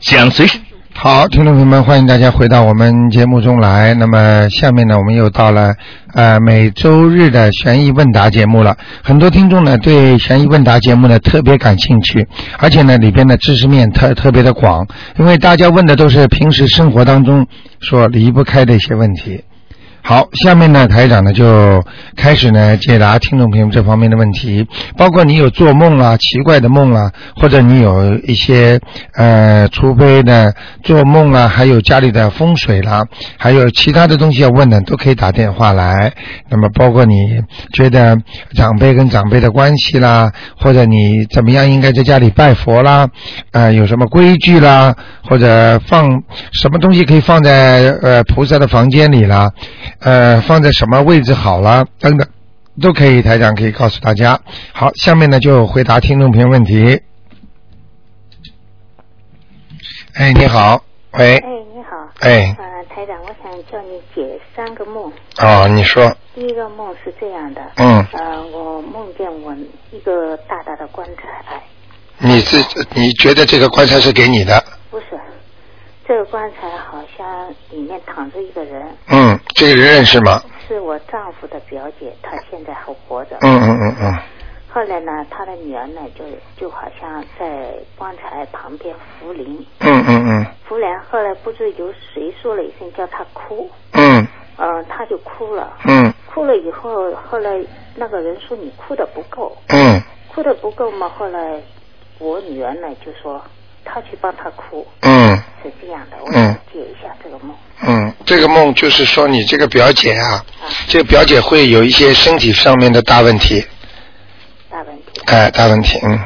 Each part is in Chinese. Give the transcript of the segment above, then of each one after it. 想随时。好，听众朋友们，欢迎大家回到我们节目中来。那么下面呢，我们又到了呃每周日的悬疑问答节目了。很多听众呢对悬疑问答节目呢特别感兴趣，而且呢里边的知识面特特别的广，因为大家问的都是平时生活当中所离不开的一些问题。好，下面呢，台长呢就开始呢解答听众朋友们这方面的问题，包括你有做梦啦、奇怪的梦啦，或者你有一些呃，除非呢做梦啦，还有家里的风水啦，还有其他的东西要问的，都可以打电话来。那么包括你觉得长辈跟长辈的关系啦，或者你怎么样应该在家里拜佛啦，呃，有什么规矩啦，或者放什么东西可以放在呃菩萨的房间里啦。呃，放在什么位置好了，等等，都可以，台长可以告诉大家。好，下面呢就回答听众朋友问题。哎，你好，喂，哎，你好，哎，呃，台长，我想叫你解三个梦。哦，你说，第一个梦是这样的，嗯呃，我梦见我一个大大的棺材，你是你觉得这个棺材是给你的？不是，这个棺材好像里面躺着一个人，嗯，这个人认识吗？是我丈夫的表姐，她现在还活着。嗯嗯嗯嗯，后来呢，她的女儿呢，就就好像在棺材旁边扶灵，嗯嗯嗯扶灵，后来不知有谁说了一声叫她哭，嗯嗯、呃，她就哭了。嗯哭了以后，后来那个人说你哭的不够，嗯哭的不够嘛。后来我女儿呢就说她去帮她哭，嗯是这样的。我嗯想解一下这个梦。嗯，这个梦就是说你这个表姐啊啊，这个表姐会有一些身体上面的大问题，大问题，哎，大问题，嗯。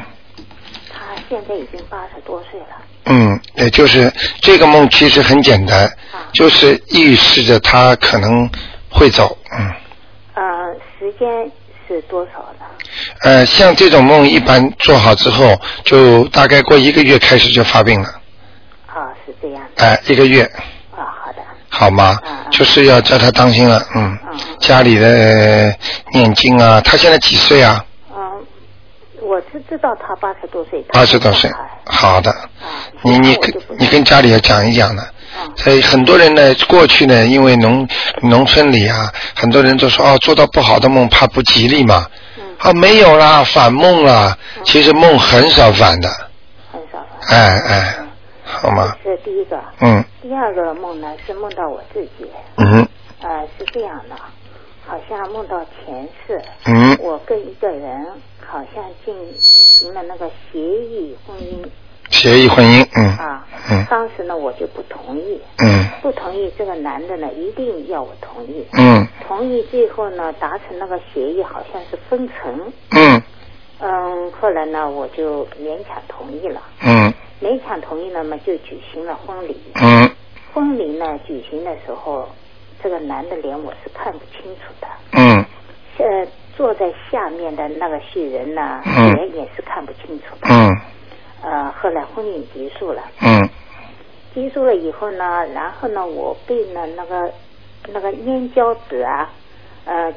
她现在已经八十多岁了。嗯，也就是这个梦其实很简单，啊就是预示着他可能会走。嗯，呃，时间是多少呢？呃，像这种梦一般做好之后，就大概过一个月开始就发病了，啊，是这样的。哎、一个月，啊，好的。好吗啊？啊就是要叫他当心了，嗯，嗯嗯家里的呃念经啊，他现在几岁啊？嗯，我是知道她八十多岁。她二十多在岁上海，好的，啊，你其你他我就跟不你跟家里要讲一讲的。嗯所以很多人呢，过去呢，因为农农村里啊，很多人都说哦，做到不好的梦怕不吉利嘛。嗯啊，没有啦，反梦啦，其实梦很少反的，很少了。哎哎，好吗？这是第一个。嗯第二个梦呢是梦到我自己，嗯呃，是这样的，好像梦到前世，嗯我跟一个人好像进行了那个协议婚姻协议婚姻，嗯啊。嗯当时呢，我就不同意，嗯不同意这个男的呢一定要我同意，嗯同意最后呢达成那个协议，好像是分成。嗯嗯，后来呢，我就勉强同意了，嗯勉强同意，那么就举行了婚礼。嗯婚礼呢举行的时候，这个男的脸我是看不清楚的，嗯呃，坐在下面的那个戏人呢，嗯脸也是看不清楚的。嗯呃，后来婚礼结束了，嗯结束了以后呢，然后呢，我被呢那个那个粘胶纸啊，呃，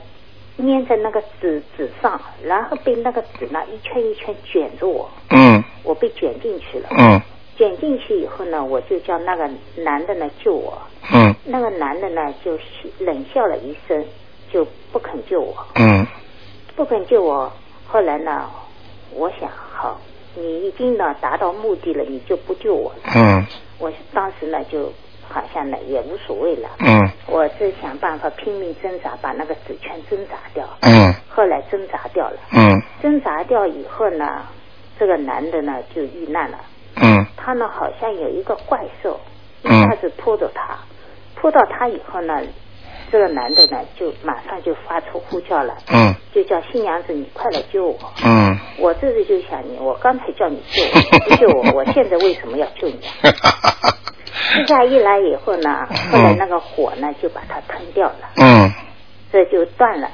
粘在那个纸纸上，然后被那个纸呢一圈一圈卷着我，嗯我被卷进去了。嗯卷进去以后呢，我就叫那个男的呢救我。嗯那个男的呢，就冷笑了一声，就不肯救我，嗯不肯救我。后来呢，我想，好，你已经呢达到目的了，你就不救我了。嗯我当时呢，就好像呢也无所谓了，嗯我是想办法拼命挣扎，把那个纸圈挣扎掉。嗯后来挣扎掉了，嗯挣扎掉以后呢，这个男的呢就遇难了。嗯他呢好像有一个怪兽，一嗯下子扑着他，扑到他以后呢，这个男的呢就马上就发出呼叫了，嗯就叫新娘子你快来救我！嗯。我这时就想你，我刚才叫你救我，你不救我，我现在为什么要救你啊？ 哈哈哈哈这下一来以后呢，后来那个火呢就把它吞掉了，嗯这就断了。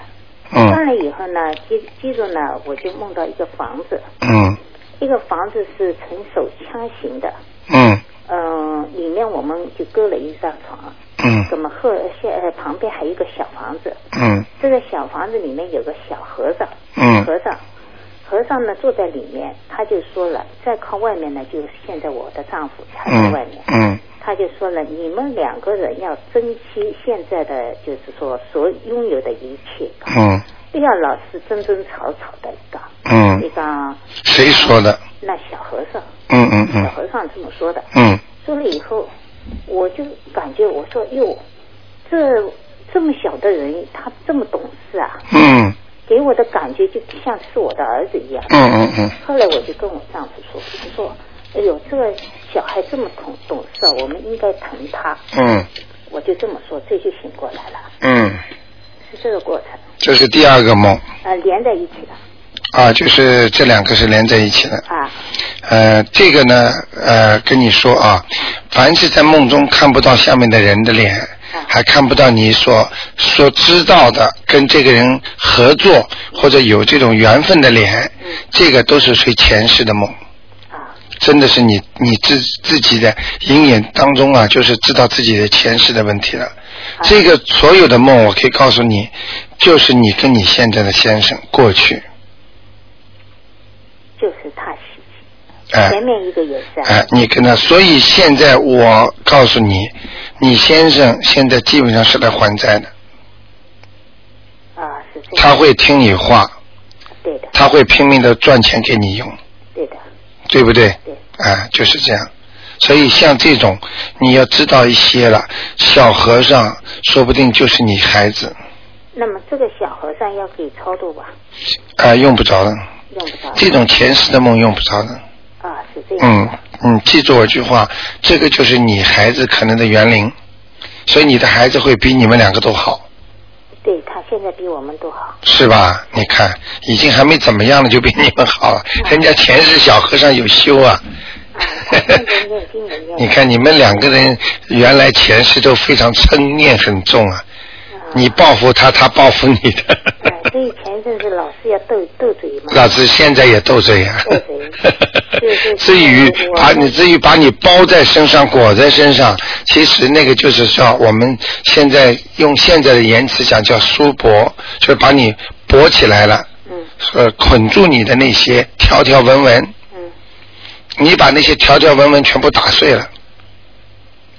断嗯了以后呢，记记住呢，我就梦到一个房子，嗯一个房子是呈手枪型的，嗯嗯，里面我们就搁了一张床，嗯那么后现呃旁边还有一个小房子，嗯这个小房子里面有个小和尚，嗯和尚，和尚呢坐在里面，他就说了，再靠外面呢，就是现在我的丈夫他在外面，嗯他就说了，你们两个人要珍惜现在的，就是说所拥有的一切，嗯不要老是争争吵吵的，一个一嗯，个谁说的？那小和尚，嗯嗯小嗯和尚这么说的，嗯说了以后，我就感觉我说哟，这这么小的人他这么懂事啊，嗯给我的感觉就像是我的儿子一样。嗯嗯嗯，后来我就跟我丈夫说，我说，哎呦，这个小孩这么懂懂事啊，我们应该疼他。嗯我就这么说，这就醒过来了，嗯，是这个过程，这是第二个梦呃，连在一起的啊，就是这两个是连在一起的。啊，呃，这个呢，呃，跟你说啊，凡是在梦中看不到下面的人的脸，啊还看不到你所所知道的跟这个人合作或者有这种缘分的脸，这个都是属于前世的梦。嗯啊，真的是你你自自己的隐隐当中啊，就是知道自己的前世的问题了。啊这个所有的梦，我可以告诉你，就是你跟你现在的先生过去，就是他喜哎、前面一个也是啊，哎，你跟他，所以现在我告诉你，你先生现在基本上是来还债的，啊，是这样，他会听你话，对的，他会拼命的赚钱给你用，对的，对不对？对，哎，就是这样。所以像这种，你要知道一些了，小和尚说不定就是你孩子，那么这个小和尚要给超度吧，啊、用不着的，用不着这种前世的梦用不着的。啊，是这样嗯，嗯，记住我一句话，这个就是你孩子可能的园林，所以你的孩子会比你们两个都好。对他现在比我们都好，是吧？你看，已经还没怎么样了，就比你们好了。嗯人家前世小和尚有修啊。啊，他现在念经也念你看你们两个人原来前世都非常嗔念很重啊，啊，你报复他，他报复你的。哎所以前阵子老是要斗斗嘴嘛，老子现在也斗嘴啊斗嘴对对，至于对我把你至于把你包在身上裹在身上，其实那个就是叫我们现在用现在的言辞讲叫束缚，就是把你裹起来了。嗯呃捆住你的那些条条纹纹，嗯，你把那些条条纹纹全部打碎了，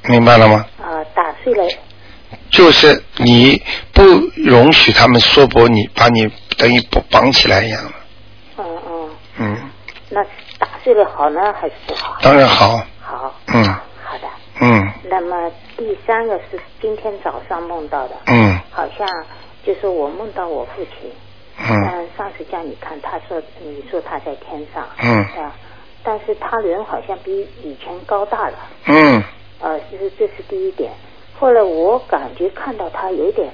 明白了吗？啊，打碎了，就是你不容许他们缩脖你，把你等于绑绑起来一样了。嗯嗯，嗯，那打碎了好呢还是不好？当然好。好，嗯好的。嗯那么第三个是今天早上梦到的，嗯好像就是我梦到我父亲，嗯嗯，上次叫你看，他说你说他在天上，嗯啊，但是他人好像比以前高大了，嗯呃，就是这是第一点。后来我感觉看到他有点，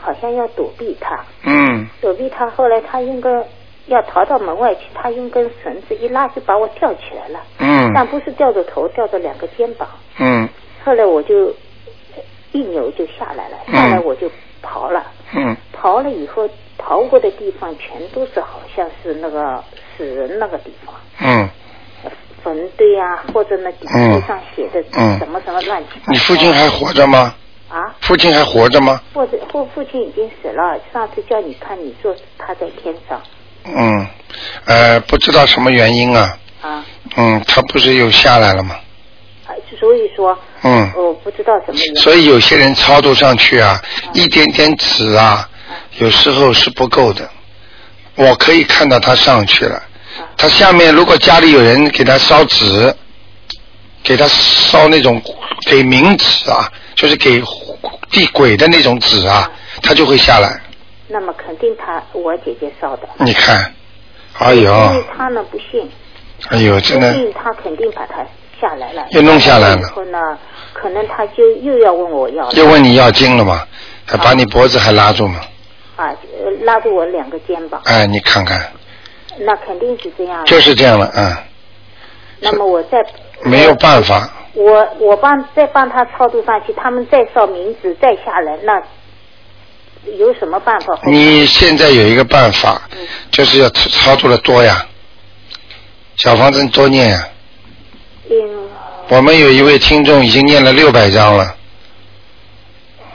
好像要躲避他，嗯，躲避他，后来他用根要逃到门外去，他用根绳子一拉就把我吊起来了，但嗯不是吊着头，吊着两个肩膀。嗯后来我就呃一扭就下来了，下来我就逃了，嗯逃了以后逃过的地方全都是好像是那个死人那个地方。嗯，呃坟堆啊，或者那地嗯上写的嗯什么什么乱七八糟。你父亲还活着吗？啊？父亲还活着吗？或者或父亲已经死了，上次叫你看，你说他在天上嗯，呃，不知道什么原因啊。啊。嗯，他不是又下来了吗？啊，所以说，嗯我不知道什么原因。所以有些人操作上去啊，一点点纸啊，有时候是不够的。我可以看到他上去了，他下面如果家里有人给他烧纸，给他烧那种给冥纸啊，就是给地鬼的那种纸啊，他就会下来。那么肯定他我姐姐烧的，你看，哎因为呦，他呢不信，哎呦，真不的，信他肯定把他下来了。又弄下来了以后呢，可能他就又要问我要又了问你要经了嘛，还把你脖子还拉住嘛？啊，呃拉住我两个肩膀，哎，你看看，那肯定是这样。就是这样了，嗯，那么我再没有办法。我我帮再帮他超度上去，他们再烧冥纸再下来，那有什么办法？你现在有一个办法，就是要操操作的多呀，小房子多念呀。因我们有一位听众已经念了六百章了，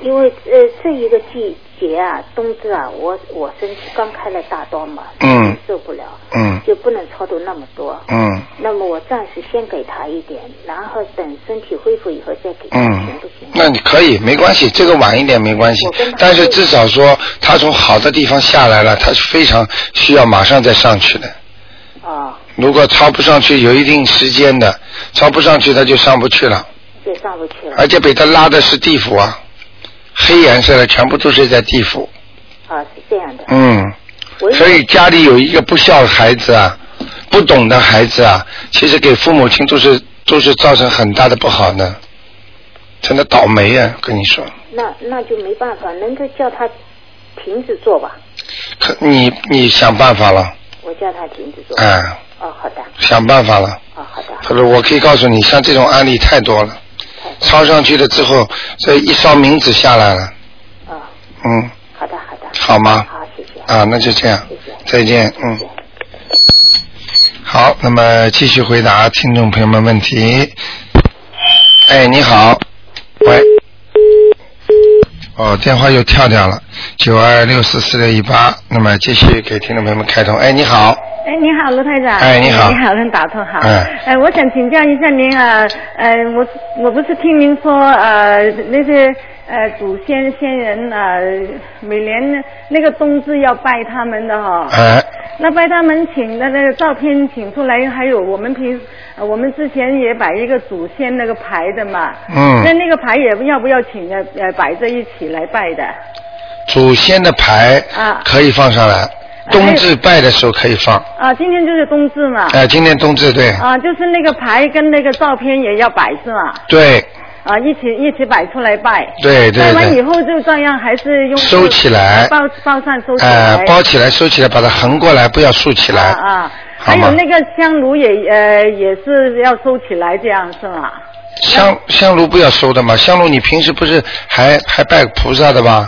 因为呃这一个季节啊，冬至啊，我我身体刚开了大刀嘛，嗯受不了，嗯就不能超度那么多。嗯那么我暂时先给他一点，然后等身体恢复以后再给他，嗯行不行？，那你可以没关系，这个晚一点没关系我跟他，但是至少说他从好的地方下来了，他是非常需要马上再上去的。哦，如果超不上去，有一定时间的，超不上去他就上不去了，就上不去了而。且被他拉的是地府啊，黑颜色的全部都是在地府。啊，是这样的。嗯，我所以家里有一个不孝的孩子啊，不懂的孩子啊，其实给父母亲都是都是造成很大的不好呢，真的倒霉啊！跟你说，那那就没办法，能够叫他停止做吧，可你你想办法了，我叫他停止做。哎，哦，好的，想办法了。哦，好的，他说我可以告诉你，像这种案例太多了，太好抄上去了之后，这一烧名字下来了，了。哦，嗯，好的，好的。好吗？好，谢谢。啊，那就这样谢谢，再见，嗯。谢谢好，那么继续回答听众朋友们问题。哎，你好，喂，哦，电话又跳掉了，九二六四四六一八。那么继续给听众朋友们开通。哎，你好，哎，你好，卢台长。哎你好你好，能打通好。哎哎，我想请教一下您啊，呃，我我不是听您说呃那些呃祖先先人啊、呃，每年那个冬至要拜他们的哈、哎，那拜他们请的那个照片请出来，还有我们平时、呃我们之前也摆一个祖先那个牌的嘛。那嗯，那个牌也要不要请呃呃摆在一起来拜的？祖先的牌啊可以放上来，冬至拜的时候可以放。啊，今天就是冬至嘛。哎，今天冬至对，啊，就是那个牌跟那个照片也要摆是吗？对啊，一起一起摆出来拜。对对拜完以对，后就这样，还是用呃收起来包包上收起来。哎，包起来，收起来，把它横过来，不要竖起来。啊啊，好还吗有那个香炉也呃也是要收起来，这样是吗？香香炉不要收的嘛，香炉你平时不是还还拜菩萨的吗？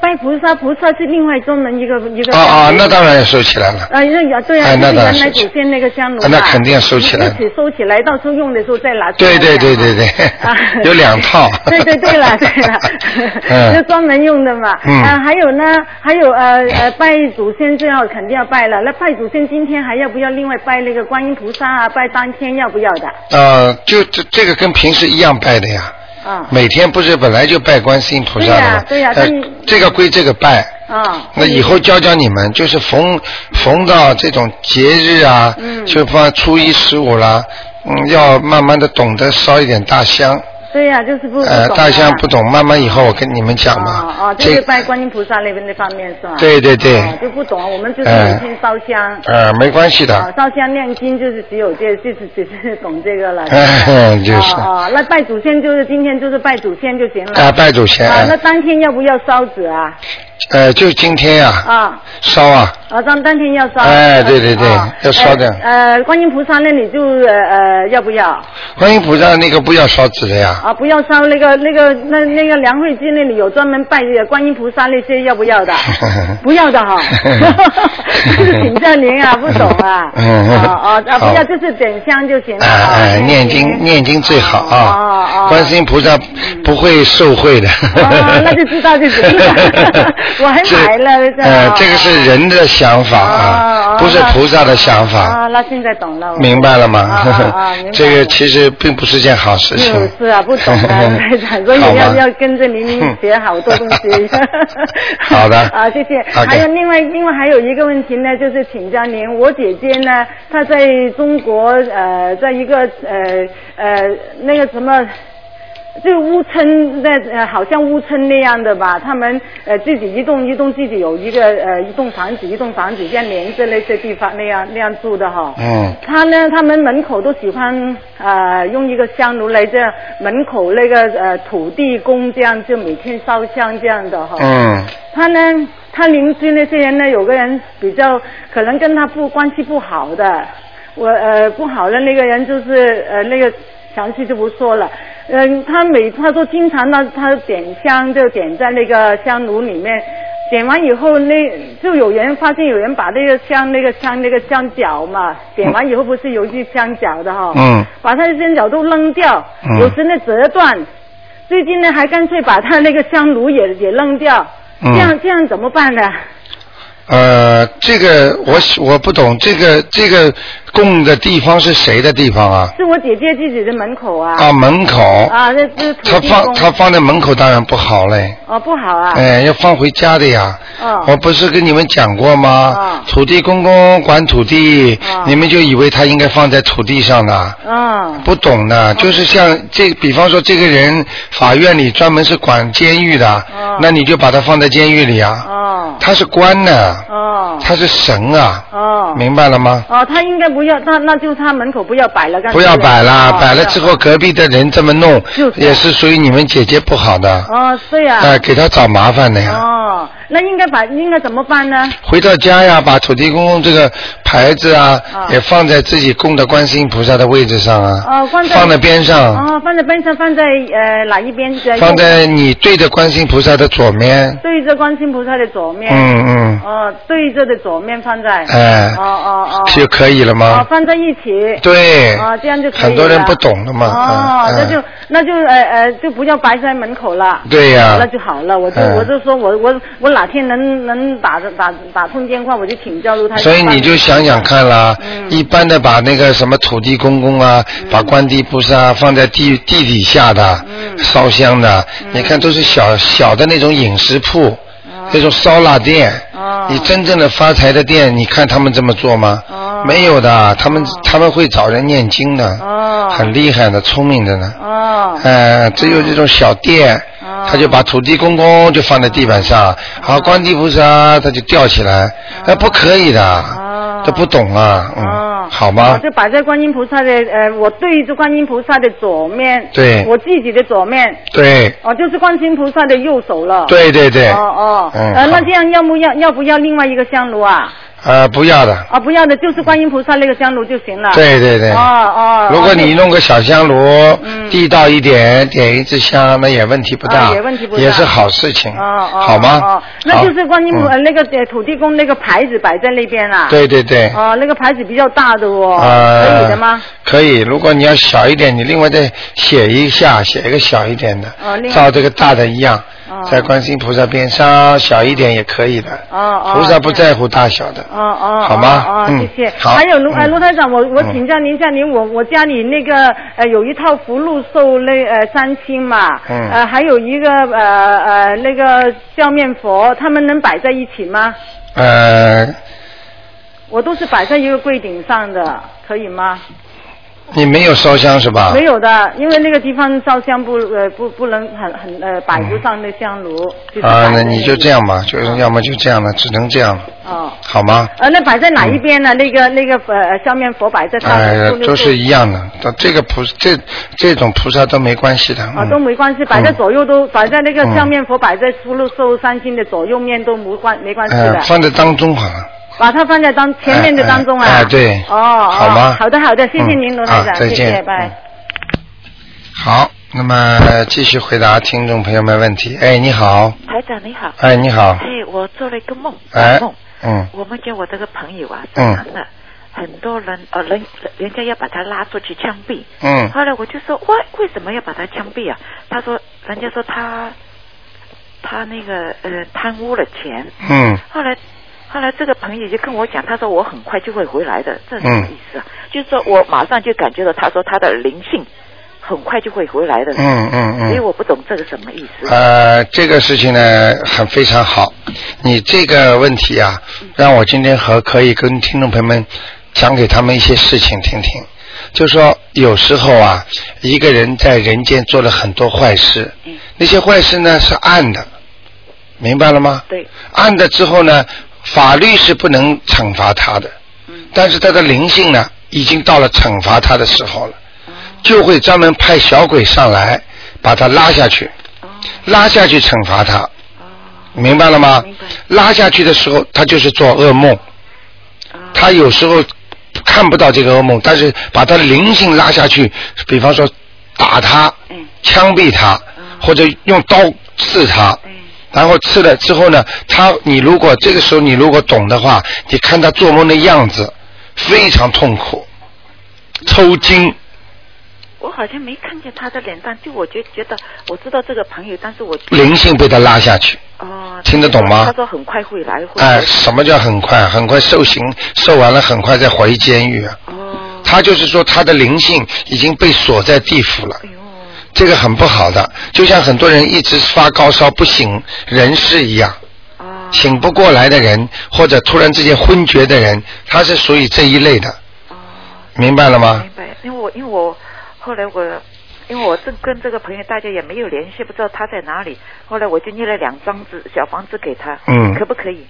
拜菩萨，菩萨是另外专门一个一个。啊啊，那。当然要收起来了。啊，那个对哎啊，就那是当然原来收起祖先那个香炉啊嘛、那肯定要收起来一起收起来，到时候用的时候再拿出来对呀。对对对对啊，。有两套，对对对了，对了就 嗯专门用的嘛。嗯啊，还有呢，还有呃呃，拜祖先这样肯定要拜了。那拜祖先今天还要不要另外拜那个观音菩萨啊？拜当天要不要的？呃，就这这个跟平时一样拜的呀，啊每天不是本来就拜观世音菩萨的吗？对呀对呀呃但你这个归这个拜。啊那以后教教你们，就是逢逢到这种节日啊，嗯就放初一十五啦，嗯，要慢慢的懂得烧一点大香，对呀，就是不呃，不懂啊大香不懂，慢慢以后我跟你们讲哦嘛。哦，就是拜观音菩萨那边那方面是吧？对对对哦就不懂，我们就是哎每天烧香。呃，没关系啊的，，烧香念经就是只有这，就是只是懂这个了。哎吧就是哦哦，那拜祖先就是今天就是拜祖先就行了。啊，拜祖先，啊，那呃当天要不要烧纸啊？呃，就今天呀，啊，烧啊，啊，当当天要烧。哎对对对啊要烧的呃，呃观音菩萨那里就呃呃要不要？观音菩萨那个不要烧纸的 呀，啊，不要烧那个那个那那个梁惠基那里有专门拜观音菩萨那些要不要 的？不要的哈，就是请教您啊，不懂啊。嗯嗯哦哦啊，好不要就是点香就行了。哎啊哎，念经念经最好啊，观哦哦世。哦音菩萨不会受贿的。哦那就知道就 行了 我还买了这这呃，哦这个是人的想法哦啊哦，不是菩萨的想法，啊，那现在懂了。我明白了吗啊啊啊 明白？了这个其实并不是件好事情是。是啊，不懂啊， 台长，所以好要吗。要跟着您学好多东西嗯好的啊，谢谢。 OK 还有另外，另外还有一个问题呢，就是请教您，我姐姐呢，她在中国呃，在一个呃呃那个什么。就乌村在呃，好像乌村那样的吧，他们呃自己一栋一栋自己有一个呃一栋房子一栋房子这样连着那些地方那样那样住的哈。嗯，他呢，他们门口都喜欢呃用一个香炉来这样门口那个呃土地公这样就每天烧香这样的哈。嗯他呢，他邻居那些人呢，有个人比较可能跟他不关系不好的，我呃不好的那个人就是呃那个详细就不说了。嗯、他每他说经常呢，他点香就点在那个香炉里面，点完以后那就有人发现有人把那个香那个香那个香脚嘛，点完以后不是有一具香脚的哈、嗯，把他的香脚都扔掉，嗯有时呢折断，最近呢还干脆把他那个香炉也也扔掉。嗯这样这样怎么办呢？呃，这个我我不懂，这个这个供的地方是谁的地方啊？是我姐姐自己的门口啊。啊，门口。啊，这这土他地放公他放在门口当然不好嘞，哦不好啊。哎，要放回家的呀。哦我不是跟你们讲过吗哦？土地公公管土地哦，你们就以为他应该放在土地上的。嗯不懂的，就是像这，比方说这个人，法院里专门是管监狱的，哦那你就把他放在监狱里啊。哦他是官呢，哦他是神啊，哦。明白了吗？哦，他应该不要，那那就他门口不要摆了，干脆不要摆啦，哦摆了之后隔壁的人这么弄就，是啊也是属于你们姐姐不好的，哦，对呀、哎，给他找麻烦的呀。哦，那应该把应该怎么办呢？回到家呀，把土地公公这个牌子啊，哦也放在自己供的观世音菩萨的位置上啊哦，放在放在边上。哦，放在边上，放在呃哪一边？呃放右在你对着观世音菩萨的左面。对着观世音菩萨的左面。嗯嗯，哦，对着的左面放在。哎哦哦哦。就可以了哦吗，？放在一起。对。哦，这样就可以了。很多人不懂了嘛。哦，嗯那就嗯那就呃呃，就不要摆在门口了。对呀那就好了，我就嗯我就说我我我哪天能能打打打通电话，我就请教卢台长。所以你就想想看啦，嗯一般的把那个什么土地公公啊，把观地菩萨啊放在地地底下的，嗯烧香的，你看都是小小的那种饮食铺，哦那种烧腊店，哦你真正的发财的店，你看他们这么做吗？哦没有的，他们、哦他们会找人念经的，哦很厉害的，聪明的呢。哦呃，只有这种小店，哦他就把土地公公就放在地板上，好、观地菩萨他就吊起来，哎、不可以的，哦这不懂啊，嗯，哦，好我吗？就摆在观音菩萨的呃，我对着观音菩萨的左面，对我自己的左面，对，哦，就是观音菩萨的右手了。。对对对，哦哦，嗯，呃，好那这样要不要要不要另外一个香炉啊？呃不要的，啊，不要的，就是观音菩萨那个香炉就行了。。对对对，哦哦。如果你哦弄个小香炉，嗯地道一点，点一支香，那也问题不大，啊也问题不大也是好事情，哦哦，好吗？哦，那就是好观音菩、呃嗯那个呃土地公那个牌子摆在那边啦、。对对对，哦，那个牌子比较大的哦，呃，可以的吗？？可以，如果你要小一点，你另外再写一下，写一个小一点的，哦另外照这个大的一样，哦在观世音菩萨边上小一点也可以的，哦哦菩萨不在乎大小的，哦哦，好吗？哦，哦嗯，谢谢。好，还有卢呃嗯卢台长，我我嗯请教您一下，您我我家里那个呃有一套福禄寿那呃三星嘛，嗯啊呃还有一个呃呃那个笑面佛，他们能摆在一起吗？呃，我都是摆在一个柜顶上的，可以吗？你没有烧香是吧？没有的，因为那个地方烧香不呃不不能很很呃摆不上那香炉。就是哦啊，摆那在你里就这样吧，就是要么就这样了，只能这样了，哦。好吗？呃，那摆在哪一边呢？那个那个呃，笑面佛摆在上嗯哎面，呀福，禄都寿是一样的，到这个菩这这种菩萨都没关系的。啊，嗯都没关系，摆在左右都摆在那个嗯相面佛，摆在福禄寿三星的左右面都没关没关系呃的，放在当中好了。把它放在当前面的当中啊。哎哎哎对哦，哦好吗好的好的，谢谢您嗯罗台啊长，再谢见谢，拜。好，那么继续回答听众朋友们问题。哎，你好，台长你好，哎，你好，嘿，我做了一个梦，哎梦，，嗯，我梦见我这个朋友啊，是嗯男的，很多人呃人人家要把他拉出去枪毙，嗯后来我就说为为什么要把他枪毙啊？他说人家说他他那个呃贪污了钱，嗯，后来。后来这个朋友就跟我讲，他说我很快就会回来的，这是什么嗯意思啊？就是说我马上就感觉到，他说他的灵性很快就会回来的，嗯嗯所以嗯，我不懂这是什么意思。呃，这个事情呢，很非常好。你这个问题啊，让我今天和可以跟听众朋友们讲给他们一些事情听听。就说有时候啊，一个人在人间做了很多坏事，嗯，那些坏事呢是暗的，明白了吗？对，按了之后呢，法律是不能惩罚他的，嗯但是他的灵性呢，已经到了惩罚他的时候了，哦就会专门派小鬼上来把他拉下去，哦拉下去惩罚他，哦明白了吗明白？拉下去的时候，他就是做噩梦，哦，他有时候看不到这个噩梦，但是把他灵性拉下去，比方说打他、嗯枪毙他，或者用刀刺他，嗯然后吃了之后呢，他你如果这个时候你如果懂的话，你看他做梦的样子非常痛苦，抽筋，我好像没看见他的脸上，就我就觉得我知道这个朋友，但是我灵性被他拉下去，哦，听得懂吗他说很快会来，会哎，什么叫很快？很快受刑，受完了很快再回监狱啊。哦，他就是说他的灵性已经被锁在地府了，哎呦，这个很不好的。就像很多人一直发高烧不省人事一样，啊，醒不过来的人，或者突然之间昏厥的人，他是属于这一类的，啊，明白了吗明？白，因为我因为我后来我。因为我正跟这个朋友，大家也没有联系，不知道他在哪里。后来我就捏了两张纸小房子给他，嗯可不可以？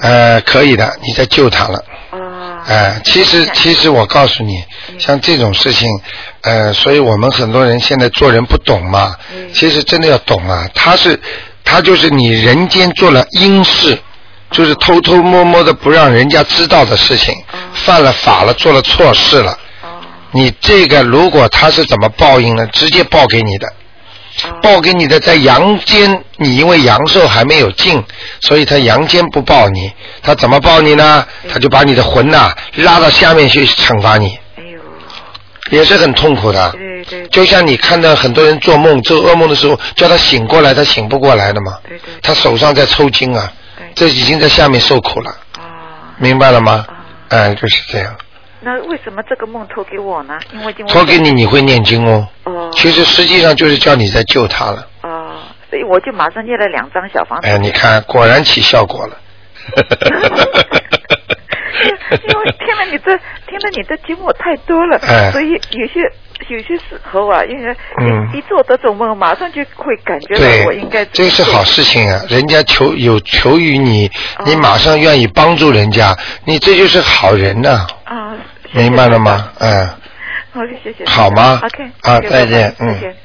呃，可以的，你在救他了。啊，哎，其实其实我告诉你，嗯像这种事情，呃，所以我们很多人现在做人不懂嘛，嗯其实真的要懂啊。他是他就是你人间做了阴事，啊就是偷偷摸摸的不让人家知道的事情，哦犯了法了，做了错事了。啊，你这个如果他是怎么报应呢？直接报给你的，啊报给你的在阳间，你因为阳寿还没有尽，所以他阳间不报你，他怎么报你呢？他就把你的魂呐、拉到下面去惩罚你，哎呦，也是很痛苦的。对对对就像你看到很多人做梦做噩梦的时候，叫他醒过来，他醒不过来的嘛，对对，他手上在抽筋啊，对这已经在下面受苦了，啊明白了吗？啊，哎，就是这样。那为什么这个梦托给我呢？因为今晚托给你，你会念经哦。哦其实实际上就是叫你在救他了。哦，所以我就马上捏了两张小房子。哎，你看，果然起效果了。 因为听了你这听了你这节目太多了，哎所以有些有些时候啊，因为嗯一一做这种梦，马上就会感觉到我应该对，这是好事情啊！人家求有求于你，哦你马上愿意帮助人家，你这就是好人呐、啊，谢谢明白了吗？嗯，好，谢谢。好吗 OK，啊谢谢再见拜拜嗯再见。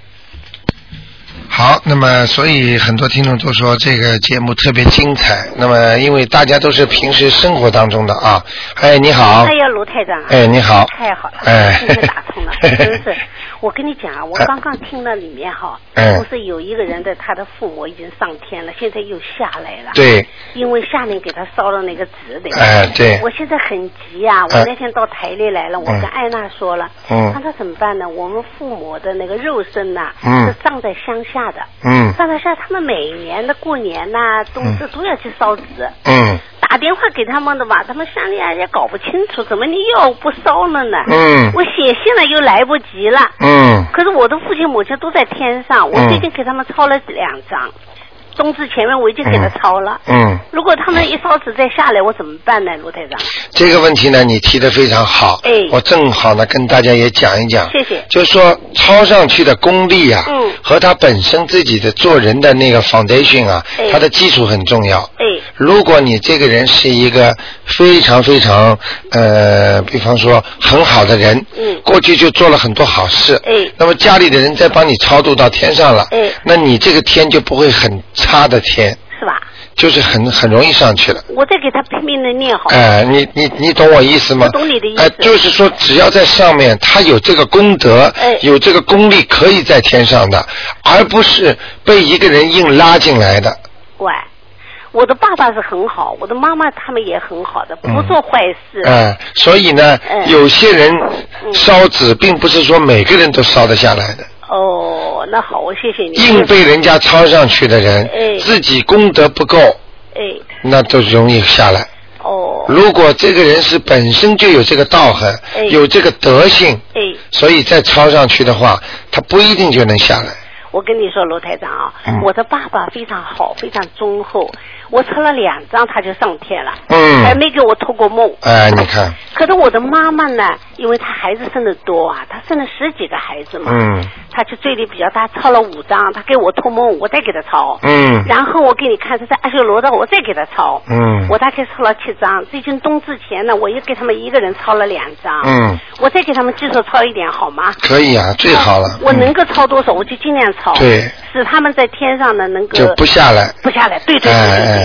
好，那么所以很多听众都说这个节目特别精彩。那么因为大家都是平时生活当中的啊，哎，你好，哎呀，卢台长，哎，你好，太好了，哎终于打通 了，真是。我跟你讲啊，我哎刚刚听了里面哈，哎不是有一个人的他的父母已经上天了，现在又下来了，，对，因为下面给他烧了那个纸的。哎，对，我现在很急呀、我哎那天到台里来了，我跟嗯艾娜说了，嗯她说怎么办呢？我们父母的那个肉身呐、嗯是葬在乡下的，嗯葬在乡下，他们每年的过年呐、冬至都要去烧纸。嗯打电话给他们的吧，他们乡里人也搞不清楚，怎么你又不烧了呢？嗯我写信了又来不及了。嗯可是我的父亲母亲都在天上，我最近给他们抄了两张，冬至前面我已经给他抄了。嗯，如果他们一烧纸再下来，我怎么办呢，卢台长？这个问题呢，你提的非常好，哎我正好呢跟大家也讲一讲，谢谢就是说抄上去的功力啊，嗯和他本身自己的做人的那个 foundation 啊，哎他的基础很重要。哎，如果你这个人是一个非常非常呃，比方说很好的人，嗯过去就做了很多好事，哎那么家里的人再帮你超度到天上了，哎那你这个天就不会很差的天，是吧？就是很很容易上去了。我再给他拼命的念好。哎、你你你懂我意思吗？我懂你的意思哎、就是说，只要在上面，他有这个功德，哎有这个功力，可以在天上的，而不是被一个人硬拉进来的。喂，我的爸爸是很好，我的妈妈他们也很好的，不嗯做坏事。哎、所以呢，哎嗯有些人烧纸，并不是说每个人都烧得下来的。哦，那好，我谢谢你。硬被人家抄上去的人，哎自己功德不够，哎，那就容易下来。哦，如果这个人是本身就有这个道行，哎有这个德性，哎。所以再抄上去的话，他不一定就能下来。我跟你说，罗台长啊，嗯我的爸爸非常好，非常忠厚。我抽了两张，他就上天了，嗯还没给我托过梦。啊哎，你看，可是我的妈妈呢，因为她孩子生的多啊，她生了十几个孩子嘛，嗯她就罪力比较大，抄了五张，她给我托梦，我再给她抄。嗯然后我给你看，她在阿修罗的，我再给她抄。嗯我大概抄了七张，最近冬至前呢，我又给他们一个人抄了两张。嗯，我再给他们继续抄一点好吗？可以啊，最好了。我能嗯够抄多少，我就尽量抄。对，使他们在天上呢能够就不下来。不下来。对对对哎对对。哎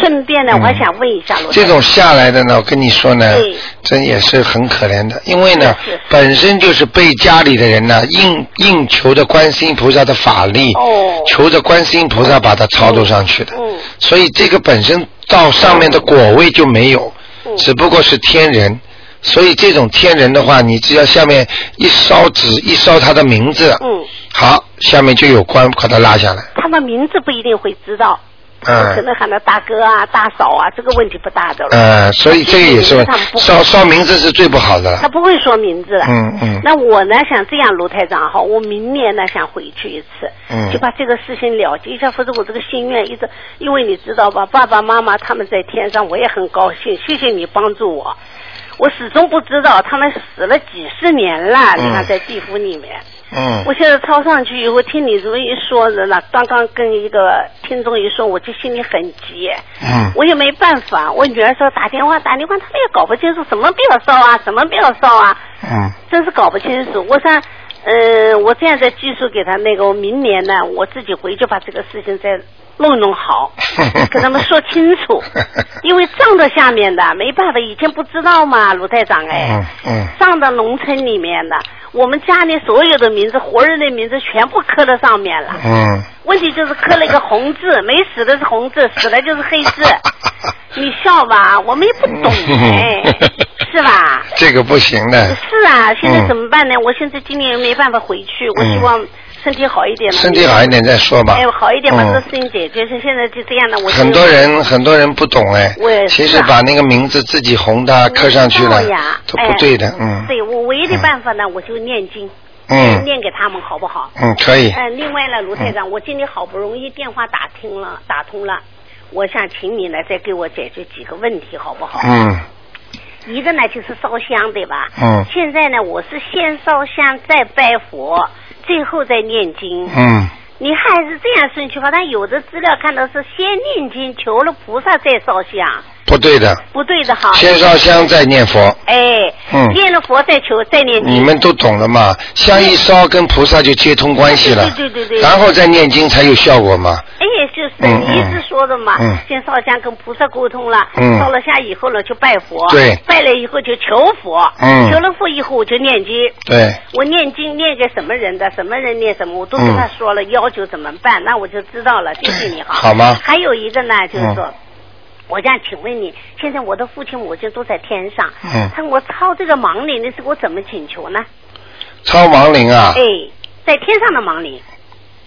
顺便呢，嗯我还想问一下罗先这生种下来的呢，我跟你说呢对，真也是很可怜的，因为呢是是，本身就是被家里的人呢硬硬求着观世音菩萨的法力，哦求着观世音菩萨把它超度上去的，嗯所以这个本身到上面的果位就没有，嗯只不过是天人。所以这种天人的话，你只要下面一烧纸，一烧他的名字，嗯，好，下面就有官把他拉下来。他们名字不一定会知道，嗯可能喊他大哥啊、大嫂啊，这个问题不大的了。呃，所以这个也是他们不烧烧名字是最不好的他了。不会说名字的。嗯嗯那我呢，想这样，卢台长哈，我明年呢想回去一次，嗯就把这个事情了结一下，否则我这个心愿一直，因为你知道吧，爸爸妈妈他们在天上，我也很高兴，谢谢你帮助我。我始终不知道他们死了几十年了，嗯你看在地府里面。嗯我现在抄上去以后，听你这么一说，人了，刚刚跟一个听众一说，我就心里很急。嗯我也没办法，我女儿说打电话打电话，他们也搞不清楚什么不要烧啊，什么不要烧啊，嗯，，真是搞不清楚。我想，呃，我这样再技术给他那个，我明年呢，我自己回去把这个事情再弄弄好跟他们说清楚 因为账到下面的没办法，以前不知道嘛，卢台长哎。嗯嗯上到农村里面的，我们家里所有的名字，活人的名字全部刻在上面了。嗯，，问题就是刻了一个红字，没死的是红字，死了就是黑字。你笑吧，我们也不懂哎 是吧？这个不行的，是啊，现嗯在怎么办呢？我现在今年没办法回去，我希望身体好一点嘛。身体好一点再说吧哎，。好一点把嗯这个事情解决。是现在就这样的，我就很多人很多人不懂哎我也，是啊其实把那个名字自己红的刻上去了知道呀，都不对的哎，嗯对我唯一的办法呢，我就念经，嗯念给他们好不好？嗯，可以，嗯，另外呢，卢台长，我今天好不容易电话打听了，打通了，我想请你呢再给我解决几个问题，好不好？嗯一个呢就是烧香，对吧？嗯现在呢，我是先烧香，再拜佛，最后再念经。嗯你还是这样顺序吧。但有的资料看到是先念经，求了菩萨再烧香，不对的，不对的哈。先烧香再念佛，哎，嗯念了佛再求再念经。你们都懂了嘛？香一烧跟菩萨就接通关系了，对对对对对然后再念经才有效果嘛。哎，就是嗯你一直说的嘛，嗯先烧香跟菩萨沟通了，嗯烧了香以后呢就拜佛，对拜了以后就求佛，嗯求了佛以后我就念经。对，我念经念给什么人的，什么人念什么，我都跟他说了、要求怎么办，那我就知道了。谢谢你哈。好吗还有一个呢，就是说，嗯我想请问你，现在我的父亲母亲都在天上，嗯他我操这个盲灵的事，我怎么请求呢？超亡灵啊，哎，在天上的盲灵，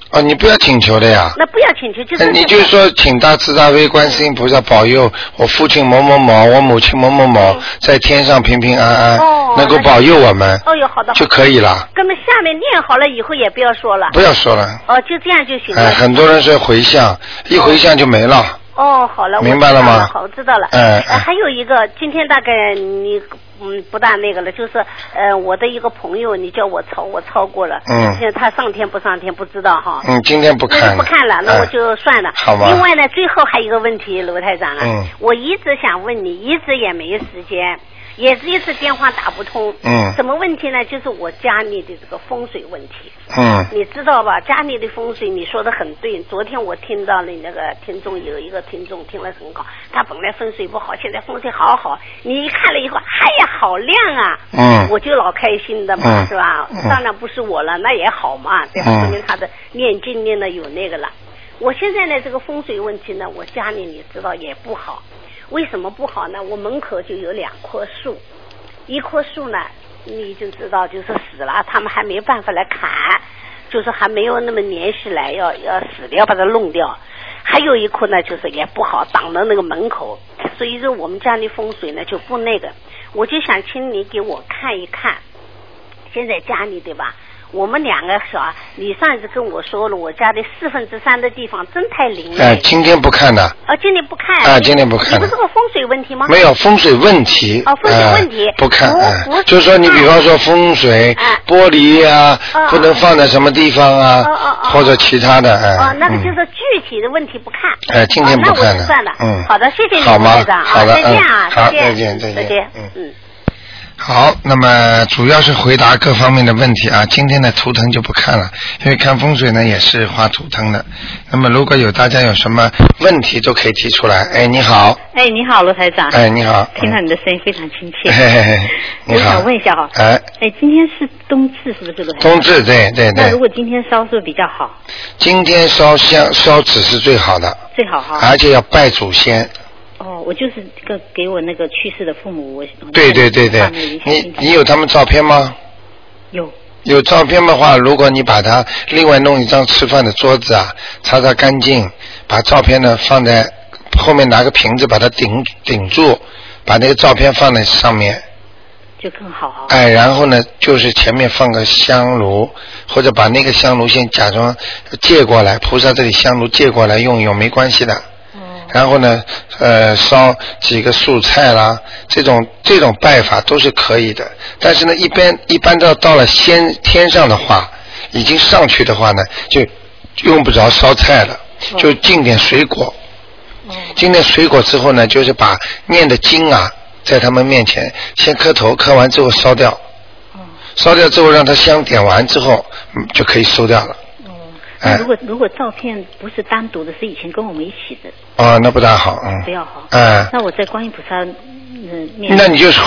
哦，你不要请求的呀。那不要请求，就是那呃你就说，请大慈大悲观世音菩萨保佑我父亲某某某，我母亲某某某在天上平平安安，嗯哦呃能够保佑我们哦哟，好的，好的就可以了，根本下面念好了以后也不要说了，不要说了。哦，就这样就行了。哎，很多人说回向，一回向就没了。哦，好了，我明白了知道吗好，我知道了。哎哎呃还有一个，今天大概你嗯不大那个了，就是呃我的一个朋友，你叫我抄，我抄过了。嗯现在他上天不上天不知道哈。嗯，今天不那看就不看了，那我就算了。哎好吧另外呢，最后还有一个问题，卢台长啊，嗯我一直想问你，一直也没时间，也是一直电话打不通。嗯什么问题呢？就是我家里的这个风水问题。嗯你知道吧？家里的风水，你说的很对。昨天我听到了那个听众有一个听众听了很好，他本来风水不好，现在风水好好。你一看了以后，哎呀，好亮啊！嗯我就老开心的嘛，嗯是吧？嗯当然不是我了，那也好嘛，对吧嗯说明他的念经念的有那个了。我现在呢，这个风水问题呢，我家里你知道也不好。为什么不好呢？我门口就有两棵树，一棵树呢，你就知道就是死了，他们还没办法来砍，就是还没有那么联系来，要要死了要把它弄掉。还有一棵呢，就是也不好挡到那个门口，所以说我们家里风水呢就不那个。我就想请你给我看一看，现在家里对吧？我们两个小啊，你上次跟我说了，我家里四分之三的地方真太灵了。哎，今天不看的，啊，今天不看。啊你今天不看你不是个风水问题吗？没有风水问题。哦风水问题哎不看，不哎不是就是说你比方说风水哎、玻璃啊，哦不能放在什么地方啊哦哦，哦或者其他的，哎。哦，那个嗯就是具体的问题不看。哎今天哦不看那我了就算了。嗯好的，谢谢你，好吗卢台长。好的再见啊，嗯好再再见再见再见嗯。嗯。好，那么主要是回答各方面的问题啊。今天的图腾就不看了，因为看风水呢也是画图腾的。那么如果有大家有什么问题都可以提出来。哎，你好，哎，你好，罗台长。哎，你好，听到你的声音非常亲切。嗯嘿嘿嘿，你我好，想问一下哈，哎，哎，今天是冬至，是不是罗台长？冬至，对对那对如，果今天烧是不是比较好？今天烧香烧纸是最好的，最好哈。而且要拜祖先。哦，我就是这个给我那个去世的父母，我对对对对放了一，下你心情你有他们照片吗？有有照片的话，如果你把它另外弄一张吃饭的桌子啊，擦擦干净，把照片呢放在后面拿个瓶子把它顶顶住，把那个照片放在上面。就更好啊。哎，然后呢，就是前面放个香炉，或者把那个香炉先假装借过来，菩萨这里香炉借过来用一用，没关系的。然后呢，呃，烧几个素菜啦，这种这种拜法都是可以的。但是呢，一般一般到到了先天上的话，已经上去的话呢，就用不着烧菜了，就进点水果。进点水果之后呢，就是把念的经啊，在他们面前先磕头，磕完之后烧掉。烧掉之后，让它香点完之后，嗯就可以收掉了。哎那如果如果照片不是单独的，是以前跟我们一起的，啊、那不大好，嗯。不要好。哎那我在观音菩萨嗯面。那你就是，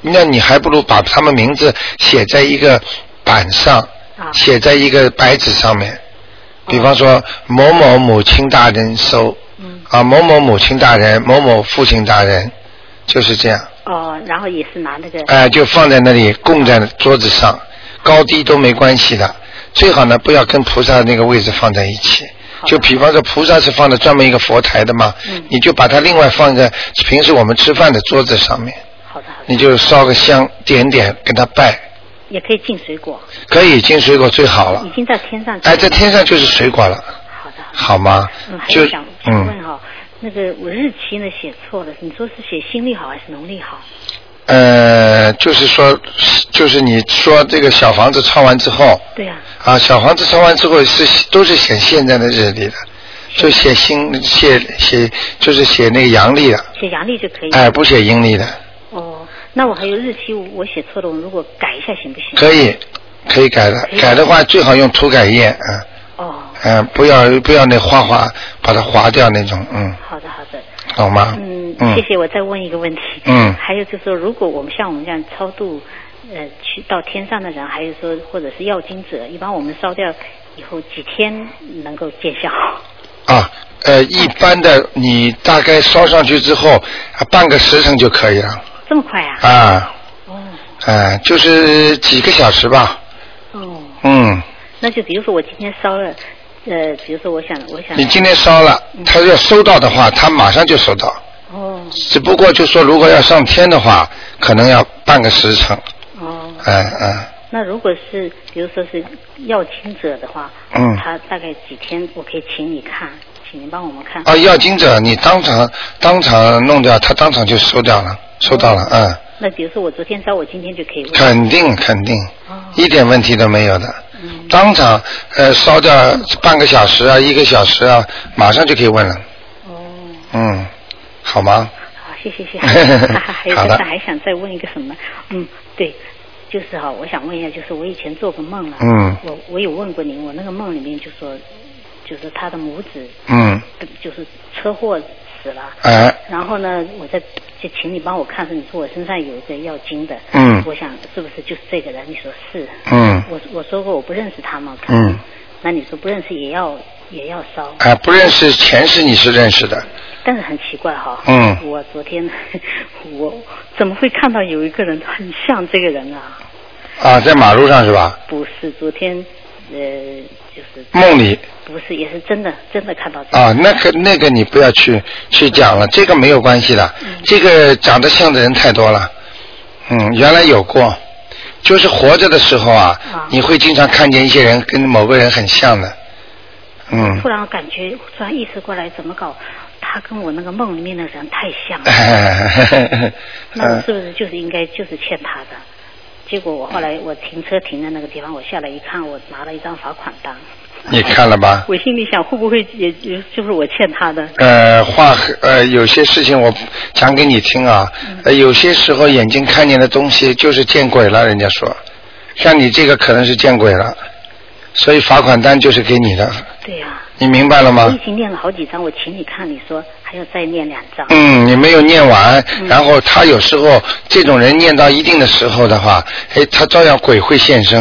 那你还不如把他们名字写在一个板上，写在一个白纸上面。比方说某某母亲大人收，啊某某母亲大人，某某父亲大人，就是这样。哦，然后也是拿那个。哎、就放在那里供在桌子上，高低都没关系的。最好呢，不要跟菩萨那个位置放在一起。就比方说，菩萨是放在专门一个佛台的嘛，你就把它另外放在平时我们吃饭的桌子上面。你就烧个香，点点给他拜，也可以进水果，可以进水果最好了已。经在天上。哎，在天上就是水果了。好吗？嗯，还就有想想嗯问哈、那个我日期呢写错了，你说是写新历好还是农历好？呃，就是说，就是你说这个小房子抄完之后，对呀、啊，小房子抄完之后是都是写现在的日历的，就写新写写就是写那个阳历的，写阳历就可以。哎，不写阴历的，哦，那我还有日期我我写错了，我如果改一下行不行？可以，可以改的，改的话最好用涂改液，嗯，哦，嗯，不要不要那花花把它划掉那种，嗯，好的好的。好吗？嗯，嗯谢谢。我再问一个问题。嗯还有就是说，如果我们像我们这样超度，呃，去到天上的人，还有说或者是要经者，一般我们烧掉以后几天能够见效？ 啊，呃，一般的你大概烧上去之后，啊半个时辰就可以了。这么快啊？啊。哦。哎，就是几个小时吧。哦，嗯，那就比如说我今天烧了，呃，比如说我想我想。你今天烧了，他要收到的话，他马上就收到。哦。只不过就说，如果要上天的话，可能要半个时辰。哦，哎哎，那如果是比如说是要经者的话，嗯他大概几天我可以请你看，请您帮我们看。啊，要经者，你当场当场弄掉，他当场就收掉了，收到了，嗯，那比如说我昨天烧，我今天就可以问。肯定肯定，一点问题都没有的。当场呃烧掉半个小时啊，一个小时啊，马上就可以问了。哦。嗯，好吗？好，谢谢 谢谢。还有好就的是还想再问一个什么？嗯，对，就是哈，我想问一下，就是我以前做个梦啊，嗯我我有问过您，我那个梦里面就说，就是他的母子嗯，就是车祸死了。哎，然后呢，我再就请你帮我看看，你说我身上有一个要经的，嗯我想是不是就是这个人？你说是，嗯我我说过我不认识他嘛，嗯，那你说不认识也要也要烧，哎，不认识前世你是认识的，但是很奇怪哈、嗯我昨天 我怎么会看到有一个人很像这个人啊？啊，在马路上是吧？不是昨天，呃，就是梦里不是，也是真的真的看到这个啊，那个那个你不要去去讲了，这个没有关系的，这个长得像的人太多了，嗯，原来有过，就是活着的时候啊，你会经常看见一些人跟某个人很像的，嗯 突，然感觉，突然意识过来，怎么搞？他跟我那个梦里面的人太像了， 嗯那我是不是就是应该就是欠他的？结果我后来我停车停在那个地方，我下来一看，我拿了一张罚款单。你看了吧？我心里想，会不会也也就是我欠他的？呃，话呃，有些事情我讲给你听啊、呃，有些时候眼睛看见的东西就是见鬼了，人家说，像你这个可能是见鬼了，所以罚款单就是给你的，对呀、你明白了我已吗？经念了好几张，我请你看，你说还要再念两张。嗯，你没有念完，然后他有时候这种人念到一定的时候的话，哎，他照样鬼会现身，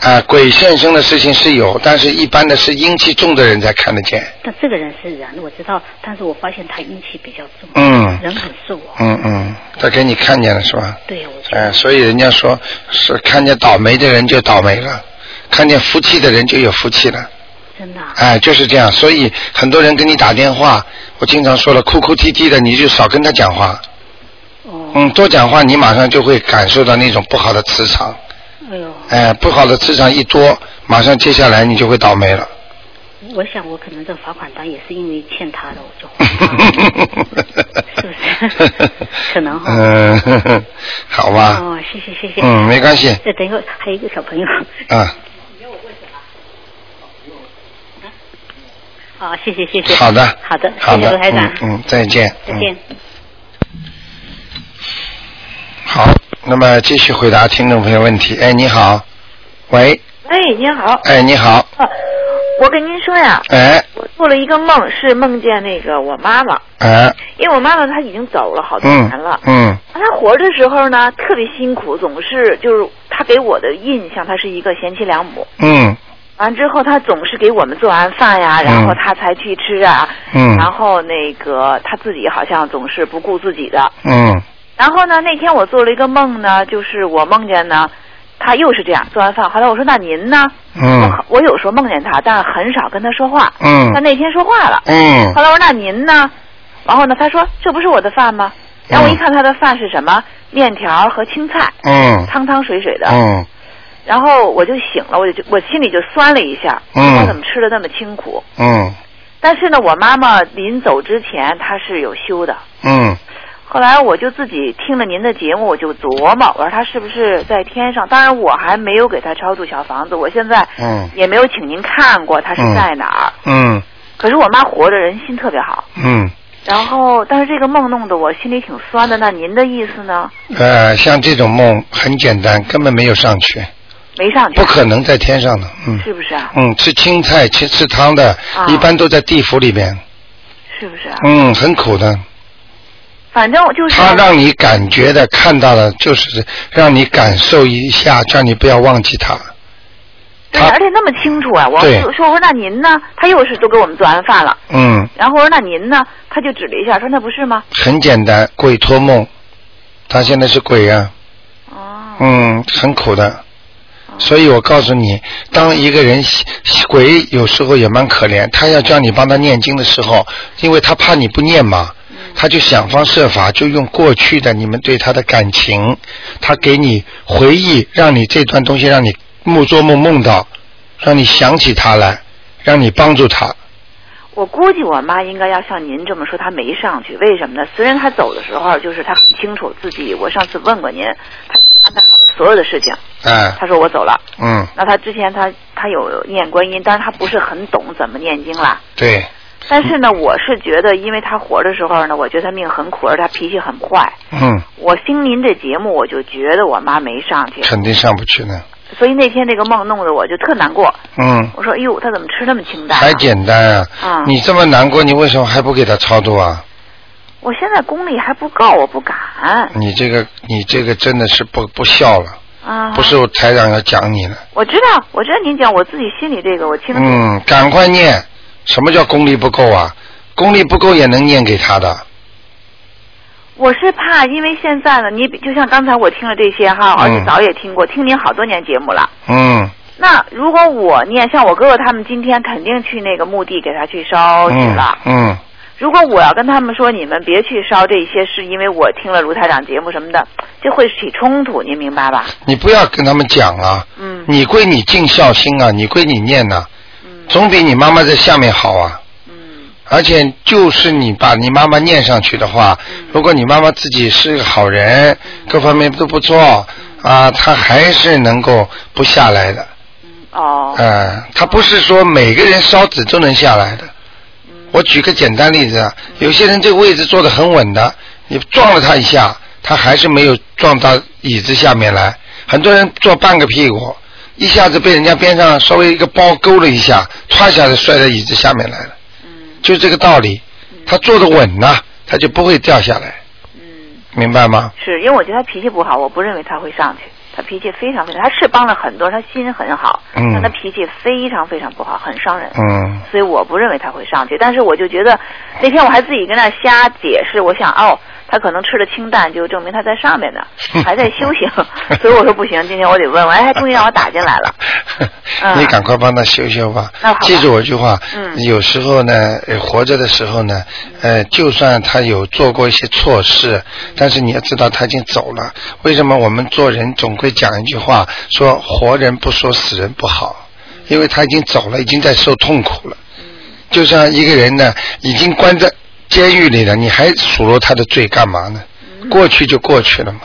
啊，鬼现身的事情是有，但是一般的是阴气重的人才看得见。但这个人是人，我知道，但是我发现他阴气比较重，嗯人很瘦哦。嗯嗯，他给你看见了是吧？对，我觉哎、得所以人家说是看见倒霉的人就倒霉了，看见福气的人就有福气了。真的啊、哎，就是这样。所以很多人跟你打电话，我经常说了，哭哭啼啼的，你就少跟他讲话。哦，嗯，多讲话，你马上就会感受到那种不好的磁场。哎呦，哎，不好的磁场一多，马上接下来你就会倒霉了。我想我可能这罚款单也是因为欠他的，我就是是不是可 能哈嗯， 好吧。哦，谢谢谢谢。嗯，没关系。呃，等一会儿还有一个小朋友，啊，好，谢谢谢谢。好的。好的，好谢谢的卢台长嗯，嗯，再见。再见。嗯好，那么继续回答听众朋友问题。哎，你好。喂，哎，您好，哎，你好。啊我跟您说呀，哎，我做了一个梦，是梦见那个我妈妈，哎，因为我妈妈她已经走了好多嗯年了。，嗯，她活着的时候呢，特别辛苦，总是就是她给我的印象，她是一个贤妻良母。嗯，完之后，她总是给我们做完饭呀，然后嗯她才去吃啊，嗯，然后那个她自己好像总是不顾自己的。嗯，然后呢，那天我做了一个梦呢，就是我梦见呢，她又是这样做完饭。后来我说那您呢？嗯，我我有时候梦见他，但是很少跟他说话。嗯他，那天说话了，嗯后，来我说那您呢？然后呢，他说这不是我的饭吗？嗯然后我一看他的饭是什么，面条和青菜，嗯，汤汤水水的。嗯，然后我就醒了，我就我心里就酸了一下，嗯他怎么吃的那么清苦？嗯，但是呢，我妈妈临走之前她是有修的。嗯，后来我就自己听了您的节目，我就琢磨，我说他是不是在天上？当然我还没有给他超度小房子，我现在嗯也没有请您看过他是在哪儿。嗯，可是我妈活着人心特别好，嗯，然后但是这个梦弄得我心里挺酸的。那您的意思呢？呃，像这种梦很简单，根本没有上去，没上去不可能在天上的，嗯，是不是啊？嗯，吃青菜、吃吃汤的，啊一般都在地府里边，是不是啊？嗯，很苦的。反正就是啊他让你感觉的、看到的，就是让你感受一下，叫你不要忘记他。对，他而且那么清楚啊！我对就说我说那您呢？他又是都给我们做完饭了，嗯，然后我说那您呢？他就指了一下说那不是吗？很简单，鬼托梦，他现在是鬼呀、哦，嗯，很苦的。所以我告诉你，当一个人鬼有时候也蛮可怜，他要叫你帮他念经的时候，因为他怕你不念嘛，他就想方设法，就用过去的你们对他的感情，他给你回忆，让你这段东西让你梦做梦梦到，让你想起他来，让你帮助他。我估计我妈应该要像您这么说，她没上去，为什么呢？虽然她走的时候，就是她很清楚自己，我上次问过您，她安排好了所有的事情，哎，她说我走了。嗯，那她之前她她有念观音，但是她不是很懂怎么念经啦。对，但是呢，我是觉得，因为她活的时候呢，我觉得她命很苦，而她脾气很坏。嗯，我听您这节目，我就觉得我妈没上去，肯定上不去呢。所以那天那个梦弄得我就特难过。嗯，我说，哎呦，她怎么吃那么清淡、啊？还简单啊。啊你这么难过，你为什么还不给他超度啊？我现在功力还不够，我不敢你这个你这个真的是不不孝了，嗯啊。不是我台长要讲你了。我知道，我知道您讲，我自己心里这个我清楚。嗯，赶快念。什么叫功力不够啊？功力不够也能念给他的。我是怕，因为现在呢，你比就像刚才我听了这些哈，而且早也听过，听您好多年节目了。嗯那如果我念，像我哥哥他们今天肯定去那个墓地给他去烧去嗯了。嗯如果我要跟他们说你们别去烧这些，是因为我听了卢台长节目什么的，这会起冲突，您明白吧？ 你不要跟他们讲啊。嗯你归你尽孝心啊，你归你念呐、嗯总比你妈妈在下面好啊。嗯而且就是你把你妈妈念上去的话，嗯如果你妈妈自己是个好人，各方面都不错，嗯啊，她还是能够不下来的。哦啊，她不是说每个人烧纸都能下来的。嗯我举个简单例子啊，有些人这个位置坐得很稳的，你撞了他一下，他还是没有撞到椅子下面来。很多人坐半个屁股，一下子被人家边上稍微一个包勾了一下，歘一下子摔到椅子下面来了。嗯就这个道理，他坐得稳呐、他就不会掉下来，嗯，明白吗？是因为我觉得他脾气不好，我不认为他会上去。他脾气非常非常，他是帮了很多人，他心很好，嗯但他脾气非常非常不好，很伤人。嗯所以我不认为他会上去，但是我就觉得那天我还自己跟那儿瞎解释，我想哦，他可能吃了清淡，就证明他在上面 呢，还在修行，所以我说不行，今天我得问问，哎，终于让我打进来 了，你赶快帮他修修吧嗯那好。吧记住我一句话，嗯有时候呢，呃活着的时候呢，呃，就算他有做过一些错事，嗯但是你要知道他已经走了。为什么我们做人总会讲一句话，说活人不说死人不好，嗯因为他已经走了，已经在受痛苦了。就像一个人呢，已经关在监狱里了，你还数落他的罪干嘛呢？嗯过去就过去了嘛，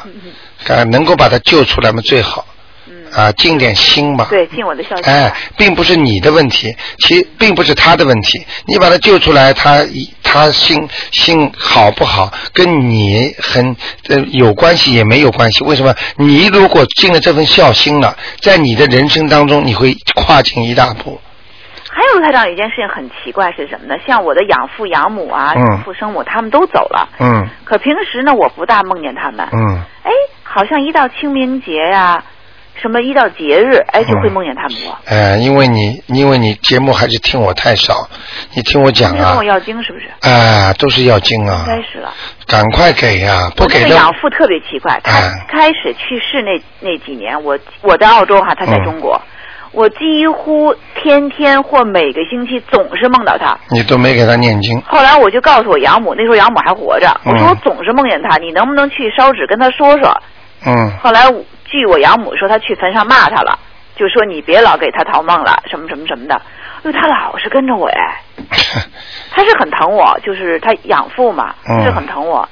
啊，能够把他救出来嘛最好，嗯啊，尽点心吧。对，尽我的孝心哎吧。，并不是你的问题，其并不是他的问题。你把他救出来，他一他心心好不好，跟你很呃有关系也没有关系。为什么？你如果尽了这份孝心了，在你的人生当中，你会跨进一大步。还有台长有一件事情很奇怪是什么呢？像我的养父养母啊，嗯养父生母他们都走了，嗯可平时呢我不大梦见他们，嗯，哎，好像一到清明节呀、什么一到节日，哎就嗯会梦见他们我。哎，因为你因为你节目还是听我太少，你听我讲你是跟啊我，要经是不是？啊，都是要经啊应，该是了。赶快给呀、不我那给个的养父特别奇怪，他哎开始去世那那几年，我我在澳洲哈、嗯他在中国，我几乎天天或每个星期总是梦到他。你都没给他念经。后来我就告诉我养母，那时候养母还活着，我说嗯我总是梦见他，你能不能去烧纸跟他说说？嗯后来我据我养母说，他去坟上骂他了，就说你别老给他逃梦了，什么什么什么的。因为他老是跟着我 哎，他是很疼我，就是他养父嘛，嗯是很疼我。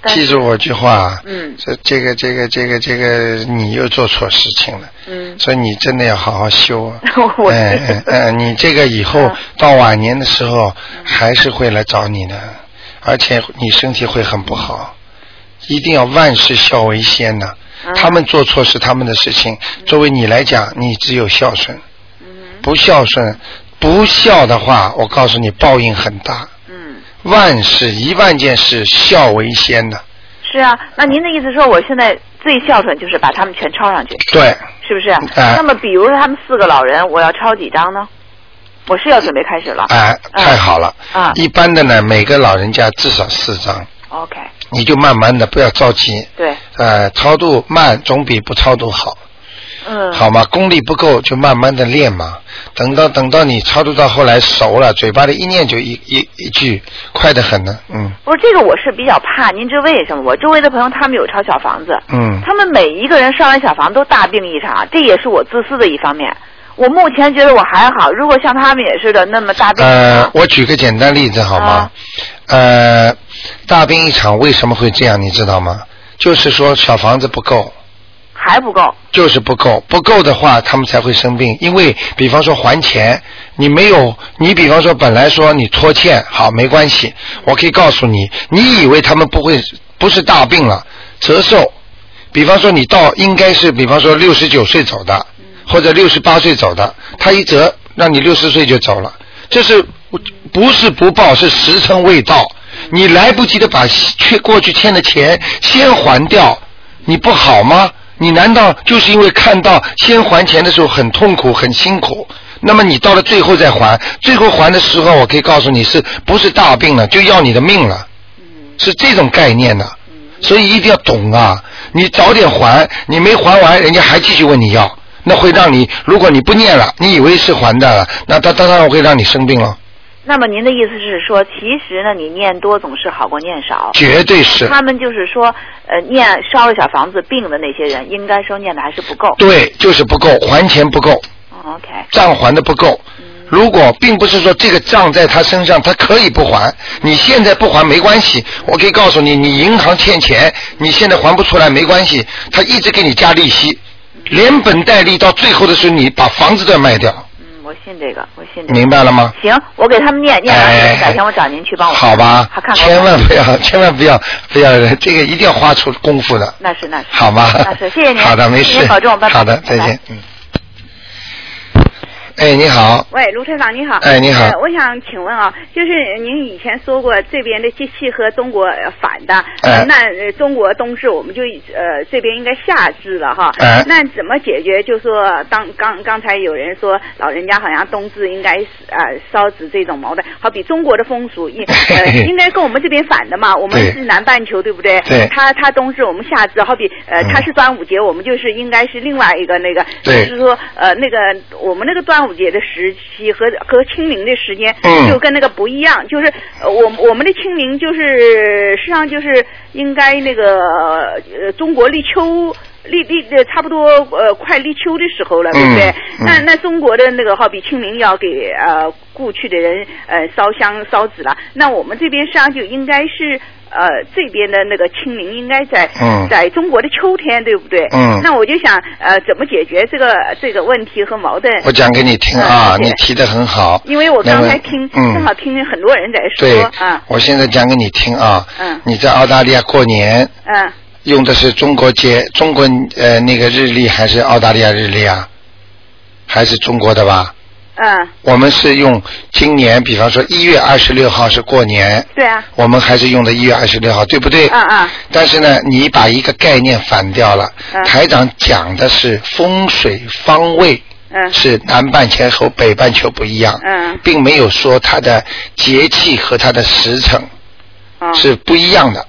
但记是住我句话，啊嗯这这个这个这个这个，你又做错事情了， 嗯，。所以你真的要好好修啊 我哎哎哎，你这个以后嗯到晚年的时候还是会来找你的，而且你身体会很不好，一定要万事孝为先呐、嗯他们做错是他们的事情，作为你来讲，你只有孝顺，嗯不孝顺，不孝的话，我告诉你报应很大。嗯，万事一万件事，孝为先呐、是啊，那您的意思说我现在最孝顺就是把他们全抄上去，对，是不是？哎那么比如说他们四个老人，我要抄几张呢？我是要准备开始了。哎，太好了。啊一般的呢，每个老人家至少四张， OK，你就慢慢的，不要着急。对，呃，超度慢总比不超度好，嗯，好吗？功力不够就慢慢的练嘛。等到等到你超度到后来熟了，嘴巴里一念就一一一句，快得很呢。嗯不是这个我是比较怕，您知为什么？我周围的朋友他们有抄小房子，嗯他们每一个人上完小房都大病一场，这也是我自私的一方面。我目前觉得我还好，如果像他们也是的那么大病一呃场，，我举个简单例子好吗？啊呃，大病一场为什么会这样？你知道吗？就是说小房子不够。还不够。就是不够，不够的话，他们才会生病。因为，比方说还钱，你没有，你比方说本来说你拖欠，好没关系，我可以告诉你，你以为他们不会不是大病了，折寿。比方说你到应该是，比方说六十九岁走的，或者六十八岁走的，他一折让你六十岁就走了，这是不是不报，是时辰未到，你来不及的把欠过去欠的钱先还掉，你不好吗？你难道就是因为看到先还钱的时候很痛苦、很辛苦，那么你到了最后再还，最后还的时候，我可以告诉你是不是大病了，就要你的命了，是这种概念的、所以一定要懂啊！你早点还，你没还完，人家还继续问你要，那会让你，如果你不念了，你以为是还的了，那他当然会让你生病了，那么您的意思是说，其实呢，你念多总是好过念少。绝对是。他们就是说，呃，念烧了小房子病的那些人，应该说念的还是不够。对，就是不够，还钱不够。哦 OK，账还的不够。如果并不是说这个账在他身上，他可以不还，你现在不还没关系。我可以告诉你，你银行欠钱，你现在还不出来没关系，他一直给你加利息，连本带利，到最后的时候你把房子都要卖掉，嗯，我信这个，我信这个。明白了吗？行，我给他们念，念完了哎，改天我找您去帮我看。好吧好看，看千万不要，千万不要，不要这个一定要花出功夫的。那是那是。好吗？啊那是，谢谢您。好的，没事。您保重，拜拜。好的，拜再拜见。嗯。哎，你好，喂，卢台长你好。哎你好呃我想请问啊，就是您以前说过这边的机器和中国呃反的，哎呃那呃中国冬至我们就呃这边应该夏至了哈。哎那怎么解决？就说当刚刚才有人说老人家好像冬至应该是呃烧纸这种矛盾，好比中国的风俗应 呃应该跟我们这边反的嘛，我们对是南半球对不对？对他他冬至我们夏至，好比呃嗯他是端午节，我们就是应该是另外一个那个，就对是说呃那个我们那个端午节的时期和和清明的时间嗯就跟那个不一样，就是呃我们我们的清明就是实际上就是应该那个呃中国立秋。立立呃差不多呃快立秋的时候了，对不对？嗯那嗯那中国的那个好比清明要给呃故去的人呃烧香烧纸了，那我们这边实际上就应该是呃这边的那个清明应该在、嗯在中国的秋天，对不对？嗯那我就想呃怎么解决这个这个问题和矛盾？我讲给你听啊，嗯谢谢你提的很好。因为我刚才听，那么嗯正好听见很多人在对说，啊，，我现在讲给你听啊。嗯你在澳大利亚过年嗯，用的是中国节，中国呃那个日历还是澳大利亚日历啊？还是中国的吧？嗯，我们是用今年，比方说一月二十六号是过年，对啊，我们还是用的一月二十六号，对不对？嗯嗯但是呢，你把一个概念反掉了。嗯台长讲的是风水方位。嗯是南半球和北半球不一样，嗯并没有说它的节气和它的时辰啊，是不一样的。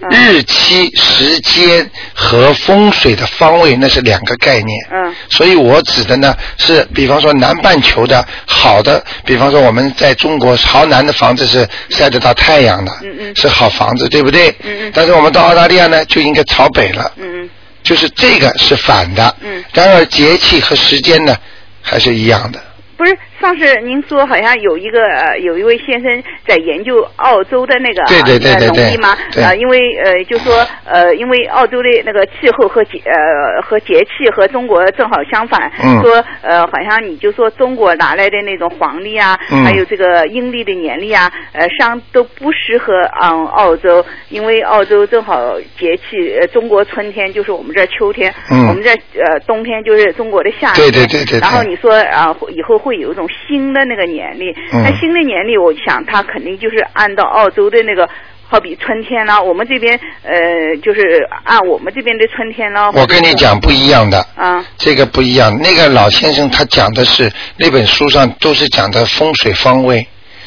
嗯日期、时间和风水的方位那是两个概念。嗯所以我指的呢是，比方说南半球的好的，比方说我们在中国朝南的房子是晒得到太阳的，嗯嗯是好房子，对不对？嗯嗯但是我们到澳大利亚呢，就应该朝北了，嗯嗯就是这个是反的。嗯然而节气和时间呢还是一样的。不是，上次您说好像有一个、呃、有一位先生在研究澳洲的那个对对对呃、对农对业吗？对呃，因为呃，就说呃，因为澳洲的那个气候和节呃和节气和中国正好相反，嗯说呃，好像你就说中国拿来的那种黄历啊，嗯还有这个阴历的年历啊，呃，上都不适合嗯澳洲，因为澳洲正好节气，呃，中国春天就是我们这儿秋天，嗯我们这儿呃冬天就是中国的夏天，对对对对对然后你说啊，会以后会有一种新的那个年历，嗯那新的年历，我想它肯定就是按照澳洲的那个。好比春天啦，我们这边呃，就是按我们这边的春天啦。我跟你讲不一样的，啊，这个不一样。那个老先生他讲的是那本书上都是讲的风水方位。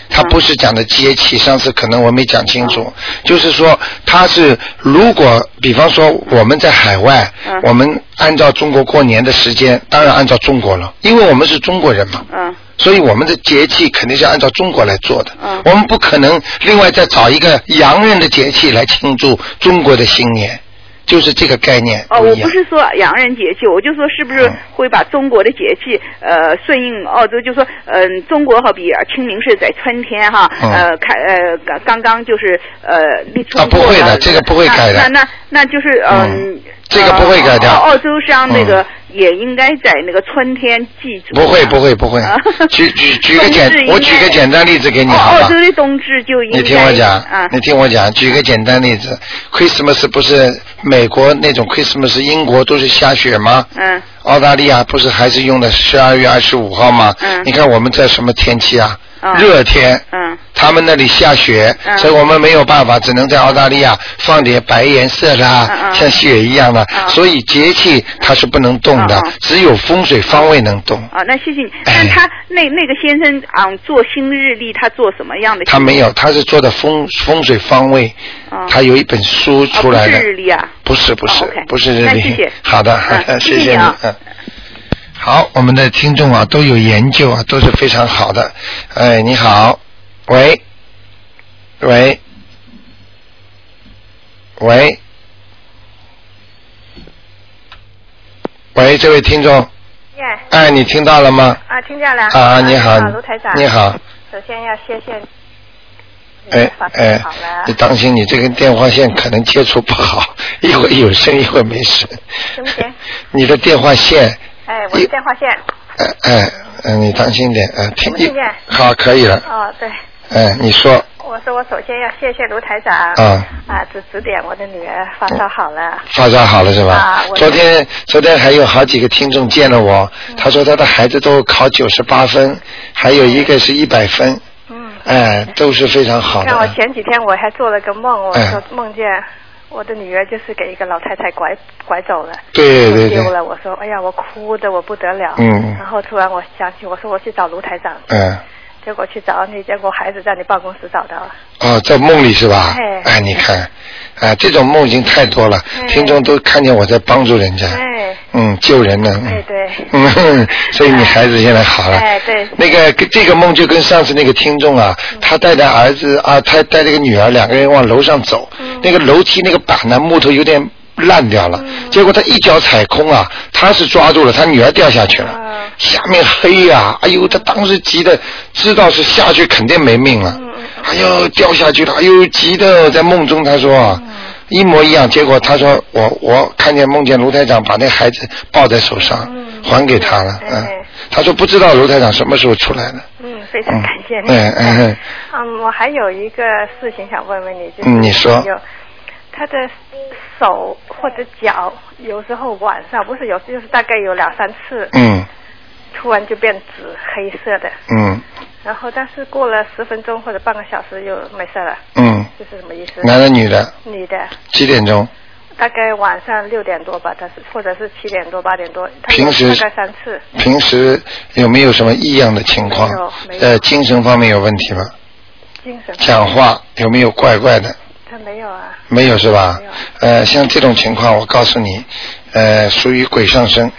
他不是讲的节气，上次可能我没讲清楚，就是说他是如果比方说我们在海外，嗯我们按照中国过年的时间，当然按照中国了，因为我们是中国人嘛，嗯所以我们的节气肯定是按照中国来做的，嗯我们不可能另外再找一个洋人的节气来庆祝中国的新年，就是这个概念哦，一我样不是说洋人节气，我就说是不是嗯会把中国的节气呃顺应澳洲，就说嗯、中国好比啊清明是在春天哈，嗯呃开呃刚刚刚就是呃立春啊不会的过了这个不会改的那那那那就是、嗯嗯这个不会改的呃澳澳洲上那个嗯也应该在那个春天祭祖。不会不。会不会啊，举举举个 简冬至应，该我举个简单例子给你澳好吧澳洲？的冬至哦就应该你听我讲，啊你听我讲，举个简单例子，Christmas 不是美国那种 Christmas，英国都是下雪吗？嗯澳大利亚不是还是用的十二月二十五号吗？嗯你看我们这什么天气啊？嗯热天。嗯他们那里下雪，嗯所以我们没有办法，只能在澳大利亚放点白颜色啦，嗯嗯像雪一样的。嗯所以节气它是不能动的，嗯嗯只有风水方位能动。啊，那谢谢你。哎但 他那那个先生啊、做新日历，他做什么样的？他没有，他是做的风风水方位，啊他有一本书出来啊的不是。日历啊。不是不是哦，OK 不是日那历。谢谢好的，好的，嗯谢谢谢你啊嗯。好，我们的听众啊都有研究啊，都是非常好的。哎，你好，喂，喂，喂，喂，这位听众，耶、哎，你听到了吗？啊，听见了。啊，你好，卢台长。你。好，首先要谢谢你。哎发生哎好了，你，当心你这个电话线可能接触不好， 一会儿有声，一会儿没声。行不行？ 你的电话线，哎，我的电话线。哎哎，嗯，你当心点，哎，听我听见好，可以了，哦，对，哎，你说，我我说我首先要谢谢卢台长啊啊指指点我的女儿发烧好了，发烧好了是吧？啊我昨天昨天还有好几个听众见了我，嗯他说他的孩子都考九十八分，还有一个是一百分，嗯，哎，都是非常好像我的。前几天我还做了个梦，我哎说梦见我的女儿就是给一个老太太拐拐走了，对对对丢了。我说哎呀，我哭的我不得了。嗯然后突然我想起，我说我去找卢台长，嗯，结果去找你，结果孩子在你办公室找到了。哦，在梦里是吧哎？哎，你看，哎，这种梦已经太多了，听众都看见我在帮助人家，哎，嗯，救人呢，嗯对对，嗯， 所以你孩子现在好了。哎对那个这个梦就跟上次那个听众啊，他带着儿子啊，他带着个女儿，两个人往楼上走，那个楼梯那个板呢，木头有点。烂掉了，结果他一脚踩空啊，他是抓住了，他女儿掉下去了，下面黑呀、啊，哎呦，他当时急的，知道是下去肯定没命了，哎呦，掉下去了，哎呦，急的，在梦中他说啊，一模一样，结果他说我我看见梦见卢台长把那孩子抱在手上，还给他了，嗯，他说不知道卢台长什么时候出来的，嗯，非常感谢你。嗯嗯嗯嗯，我还有一个事情想问问你，就是嗯你说有他的手或者脚，有时候晚上不是有，就是大概有两三次，嗯突然就变紫黑色的，嗯然后但是过了十分钟或者半个小时又没事了，嗯，这是什么意思？男的女的？女的，几点钟？大概晚上六点多吧，但是或者是七点多八点多，他有平时大概三次，平时有没有什么异样的情况没有没？有呃，精神方面有问题吗？精神讲话有没有怪怪的？他没有啊，没有是吧？呃，像这种情况，我告诉你，呃，属于鬼上身。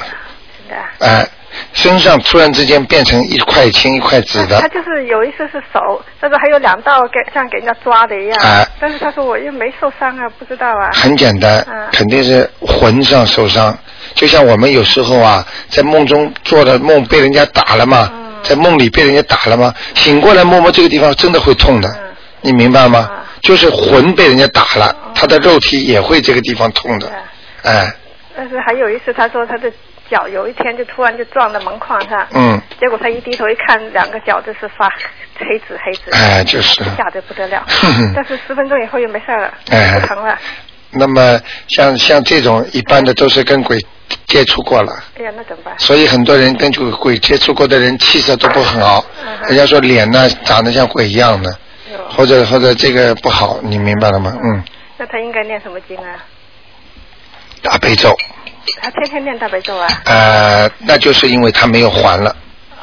啊哎、身上突然之间变成一块青一块紫 的他，就是有一次是手，他说还有两道给像给人家抓的一样，哎但是他说我又没受伤啊，不知道啊。很简单，肯定是魂上受伤。就像我们有时候啊，在梦中做的梦被人家打了嘛，在梦里被人家打了嘛，醒过来摸摸这个地方真的会痛的，你明白吗？就是魂被人家打了，他的肉体也会这个地方痛的，哎，但是还有一次他说他的脚有一天就突然就撞到门框上，嗯，结果他一低头一看，两个脚就是发 黑紫黑紫，哎就是吓得不得了 哼哼。但是十分钟以后又没事了，哎不疼了。那么像像这种一般的都是跟鬼接触过了。哎呀，那怎么办？所以很多人跟这个鬼接触过的人气色都不很好，嗯人家说脸呢长得像鬼一样的，或者或者这个不好，你明白了吗？嗯，那他应该念什么经啊？大悲咒，他天天念大悲咒啊？呃，那就是因为他没有还了，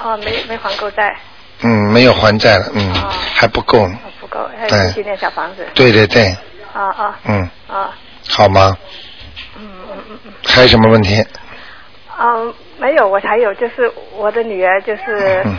哦，没没还够债，嗯，没有还债了，嗯，还不够呢，不够，哦哎还有继续念小房子。对对对，啊啊嗯，啊，好吗？嗯嗯嗯嗯。还有什么问题？嗯，没有，我还有就是我的女儿就是嗯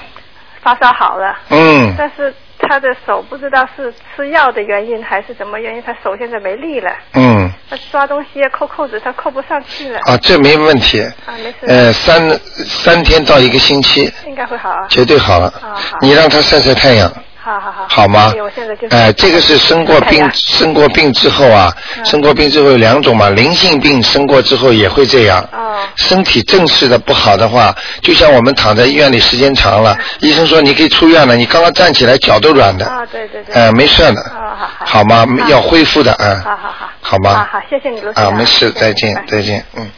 发烧好了，嗯但是她的手不知道是吃药的原因还是什么原因，她手现在没力了，嗯，她抓东西扣扣子她扣不上去了。啊，这没问题，啊，没事。呃，三三天到一个星期，应该会好啊。绝对好了啊好。你让他晒晒太阳。好好好。好吗哎我现在就？是。哎，这个是生过哎病呀，生过病之后啊，嗯生过病之后有两种嘛，灵性病生过之后也会这样。哦身体正式的不好的话，就像我们躺在医院里时间嗯长了，医生说你可以出院了，你刚刚站起来脚都软的。啊，对对对。哦哎，没事的。好吗？要恢复的啊。好好好。好啊吗？好，谢谢你，卢先啊，生没事，谢谢再见拜，再见，嗯。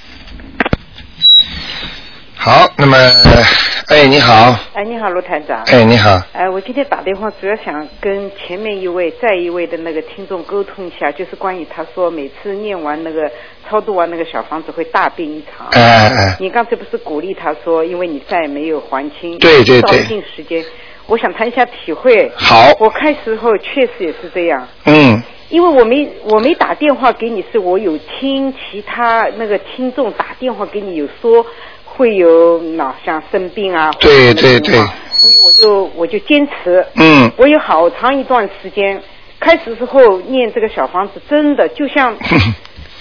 好，那么，哎，你好，哎，你好，卢台长。哎你好哎，我今天打电话主要想跟前面一位、再一位的那个听众沟通一下，就是关于他说每次念完那个超度完那个小房子会大病一场。哎哎哎你刚才不是鼓励他说，因为你债没有还清，对对对到一定时间，我想谈一下体会。好我开始后确实也是这样。嗯，因为我没我没打电话给你，是我有听其他那个听众打电话给你，有说会有脑像生病啊，或者什么对对情对况，我就我就坚持，嗯我有好长一段时间，开始时候念这个小房子，真的就 像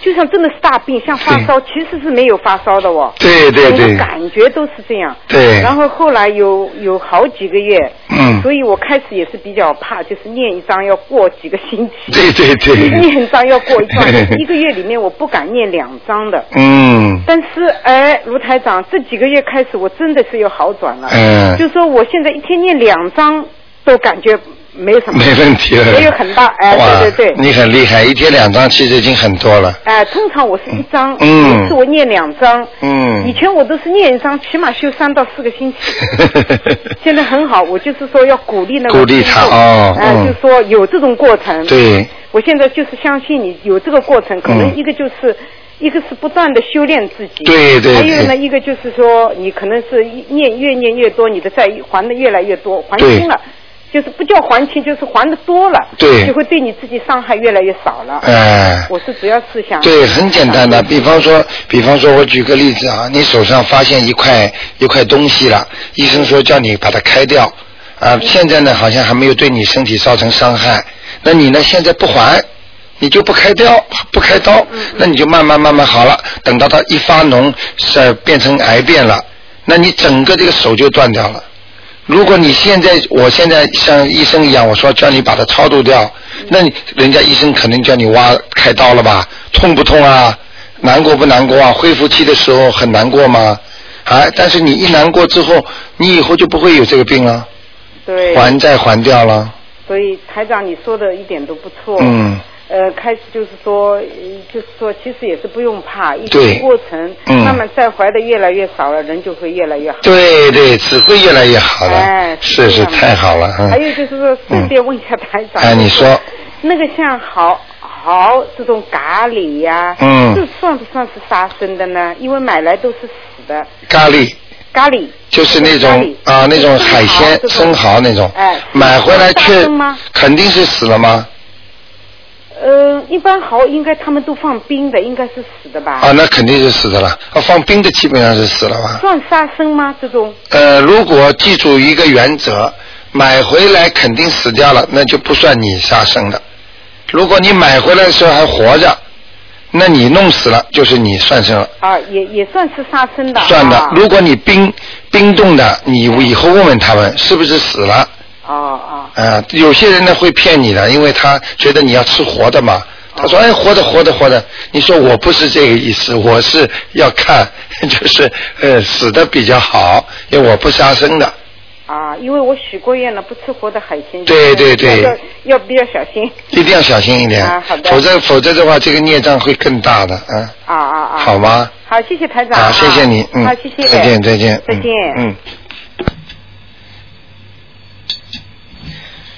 就像真的是大病，像发烧，其实是没有发烧的哦，对对整个对感觉都是这样，对然后后来有有好几个月，嗯所以我开始也是比较怕，就是念一张要过几个星期， 对对对念一张要过一 张，一个月里面我不敢念两张的，嗯 但是哎，卢台长，这几个月开始我真的是有好转了。嗯就说我现在一天念两张，都感觉没什么，没问题了没有很大，哎、哇，对对对，你很厉害，一天两张其实已经很多了。哎、通常我是一张，嗯一次我念两张，嗯以前我都是念一张，起码修三到四个星期。 现在很好，我就是说要鼓励那个鼓励他听众哦哎、嗯就是说有这种过程。对，我现在就是相信你有这个过程，可嗯能一个就是。一个是不断的修炼自己，对对还有呢，对一个就是说，你可能是一念越念越多，你的债还的越来越多，还对清了，就是不叫还清，就是还的多了，对就会对你自己伤害越来越少了。哎我是主要是想对，很简单的，比方说，比方说，我举个例子啊，你手上发现一块一块东西了，医生说叫你把它开掉，啊，现在呢好像还没有对你身体造成伤害，那你呢现在不还，你就不开掉，不开刀，那你就慢慢慢慢好了，等到它一发脓，是变成癌变了，那你整个这个手就断掉了。如果你现在，我现在像医生一样，我说叫你把它超度掉，嗯那你人家医生肯定叫你挖开刀了吧？痛不痛啊？难过不难过啊？恢复期的时候很难过吗？啊！但是你一难过之后，你以后就不会有这个病了，对，还债还掉了。所以台长你说的一点都不错。嗯。呃，开始就是说，嗯就是说，其实也是不用怕，一对个过程，嗯慢慢再怀的越来越少了，人就会越来越好。对对，只会越来越好的。哎，是这是样的哎太好了，还嗯。有就是说，顺便问一下台长，哎，你说，那个像蚝蚝这种咖喱呀、嗯这算不算是杀生的呢？因为买来都是死的咖喱咖喱，就是咖那种喱啊，那种海鲜这种生蚝那种哎，买回来杀却生吗肯定是死了吗？呃，一般蚝应该他们都放冰的，应该是死的吧？啊，那肯定是死的了。啊，放冰的基本上是死了吧？算杀生吗？这种呃，如果记住一个原则，买回来肯定死掉了，那就不算你杀生的。如果你买回来的时候还活着，那你弄死了就是你算生了，啊，也也算是杀生的啊。算的。如果你冰冰冻的，你以后问问他们是不是死了。哦哦。啊，有些人呢会骗你的，因为他觉得你要吃活的嘛。哦他说：“哎，活的，活的，活的。”你说我不是这个意思，我是要看， 就是呃，死的比较好，因为我不杀生的。啊，因为我许过愿了，不吃活的海鲜。对对对要要比较小心一定要小心一点，啊好的否则否则的话，这个孽障会更大的，嗯，啊啊啊！好吗？好，谢谢台长。啊，谢谢你，嗯，好，谢谢。再见，再见，再见。嗯，嗯。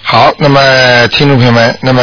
好，那么听众朋友们，那么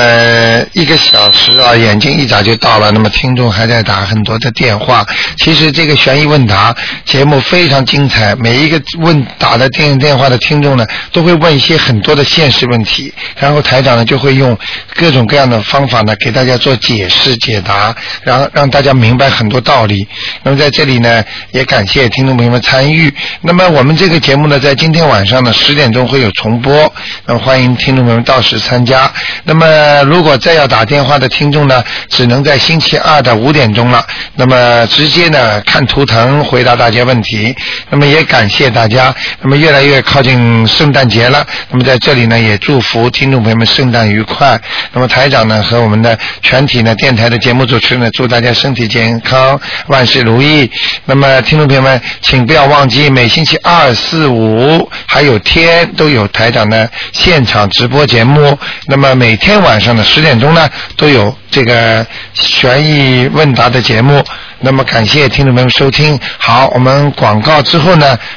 一个小时啊，眼睛一眨就到了。那么听众还在打很多的电话。其实这个悬疑问答节目非常精彩，每一个问打的电电话的听众呢，都会问一些很多的现实问题，然后台长呢就会用各种各样的方法呢给大家做解释解答，然后让大家明白很多道理。那么在这里呢，也感谢听众朋友们参与。那么我们这个节目呢，在今天晚上呢十点钟会有重播，那么欢迎听众朋友们到时参加。那么如果再要打电话的听众呢，只能在星期二的五点钟了。那么直接呢看图腾回答大家问题。那么也感谢大家。那么越来越靠近圣诞节了，那么在这里呢也祝福听众朋友们圣诞愉快。那么台长呢和我们的全体呢电台的节目主持人呢，祝大家身体健康，万事如意。那么听众朋友们，请不要忘记每星期二、四、五还有天都有台长的现场直播节目。那么每天晚上的十点钟呢都有这个悬疑问答的节目。那么感谢听众朋友们收听。好，我们广告之后呢。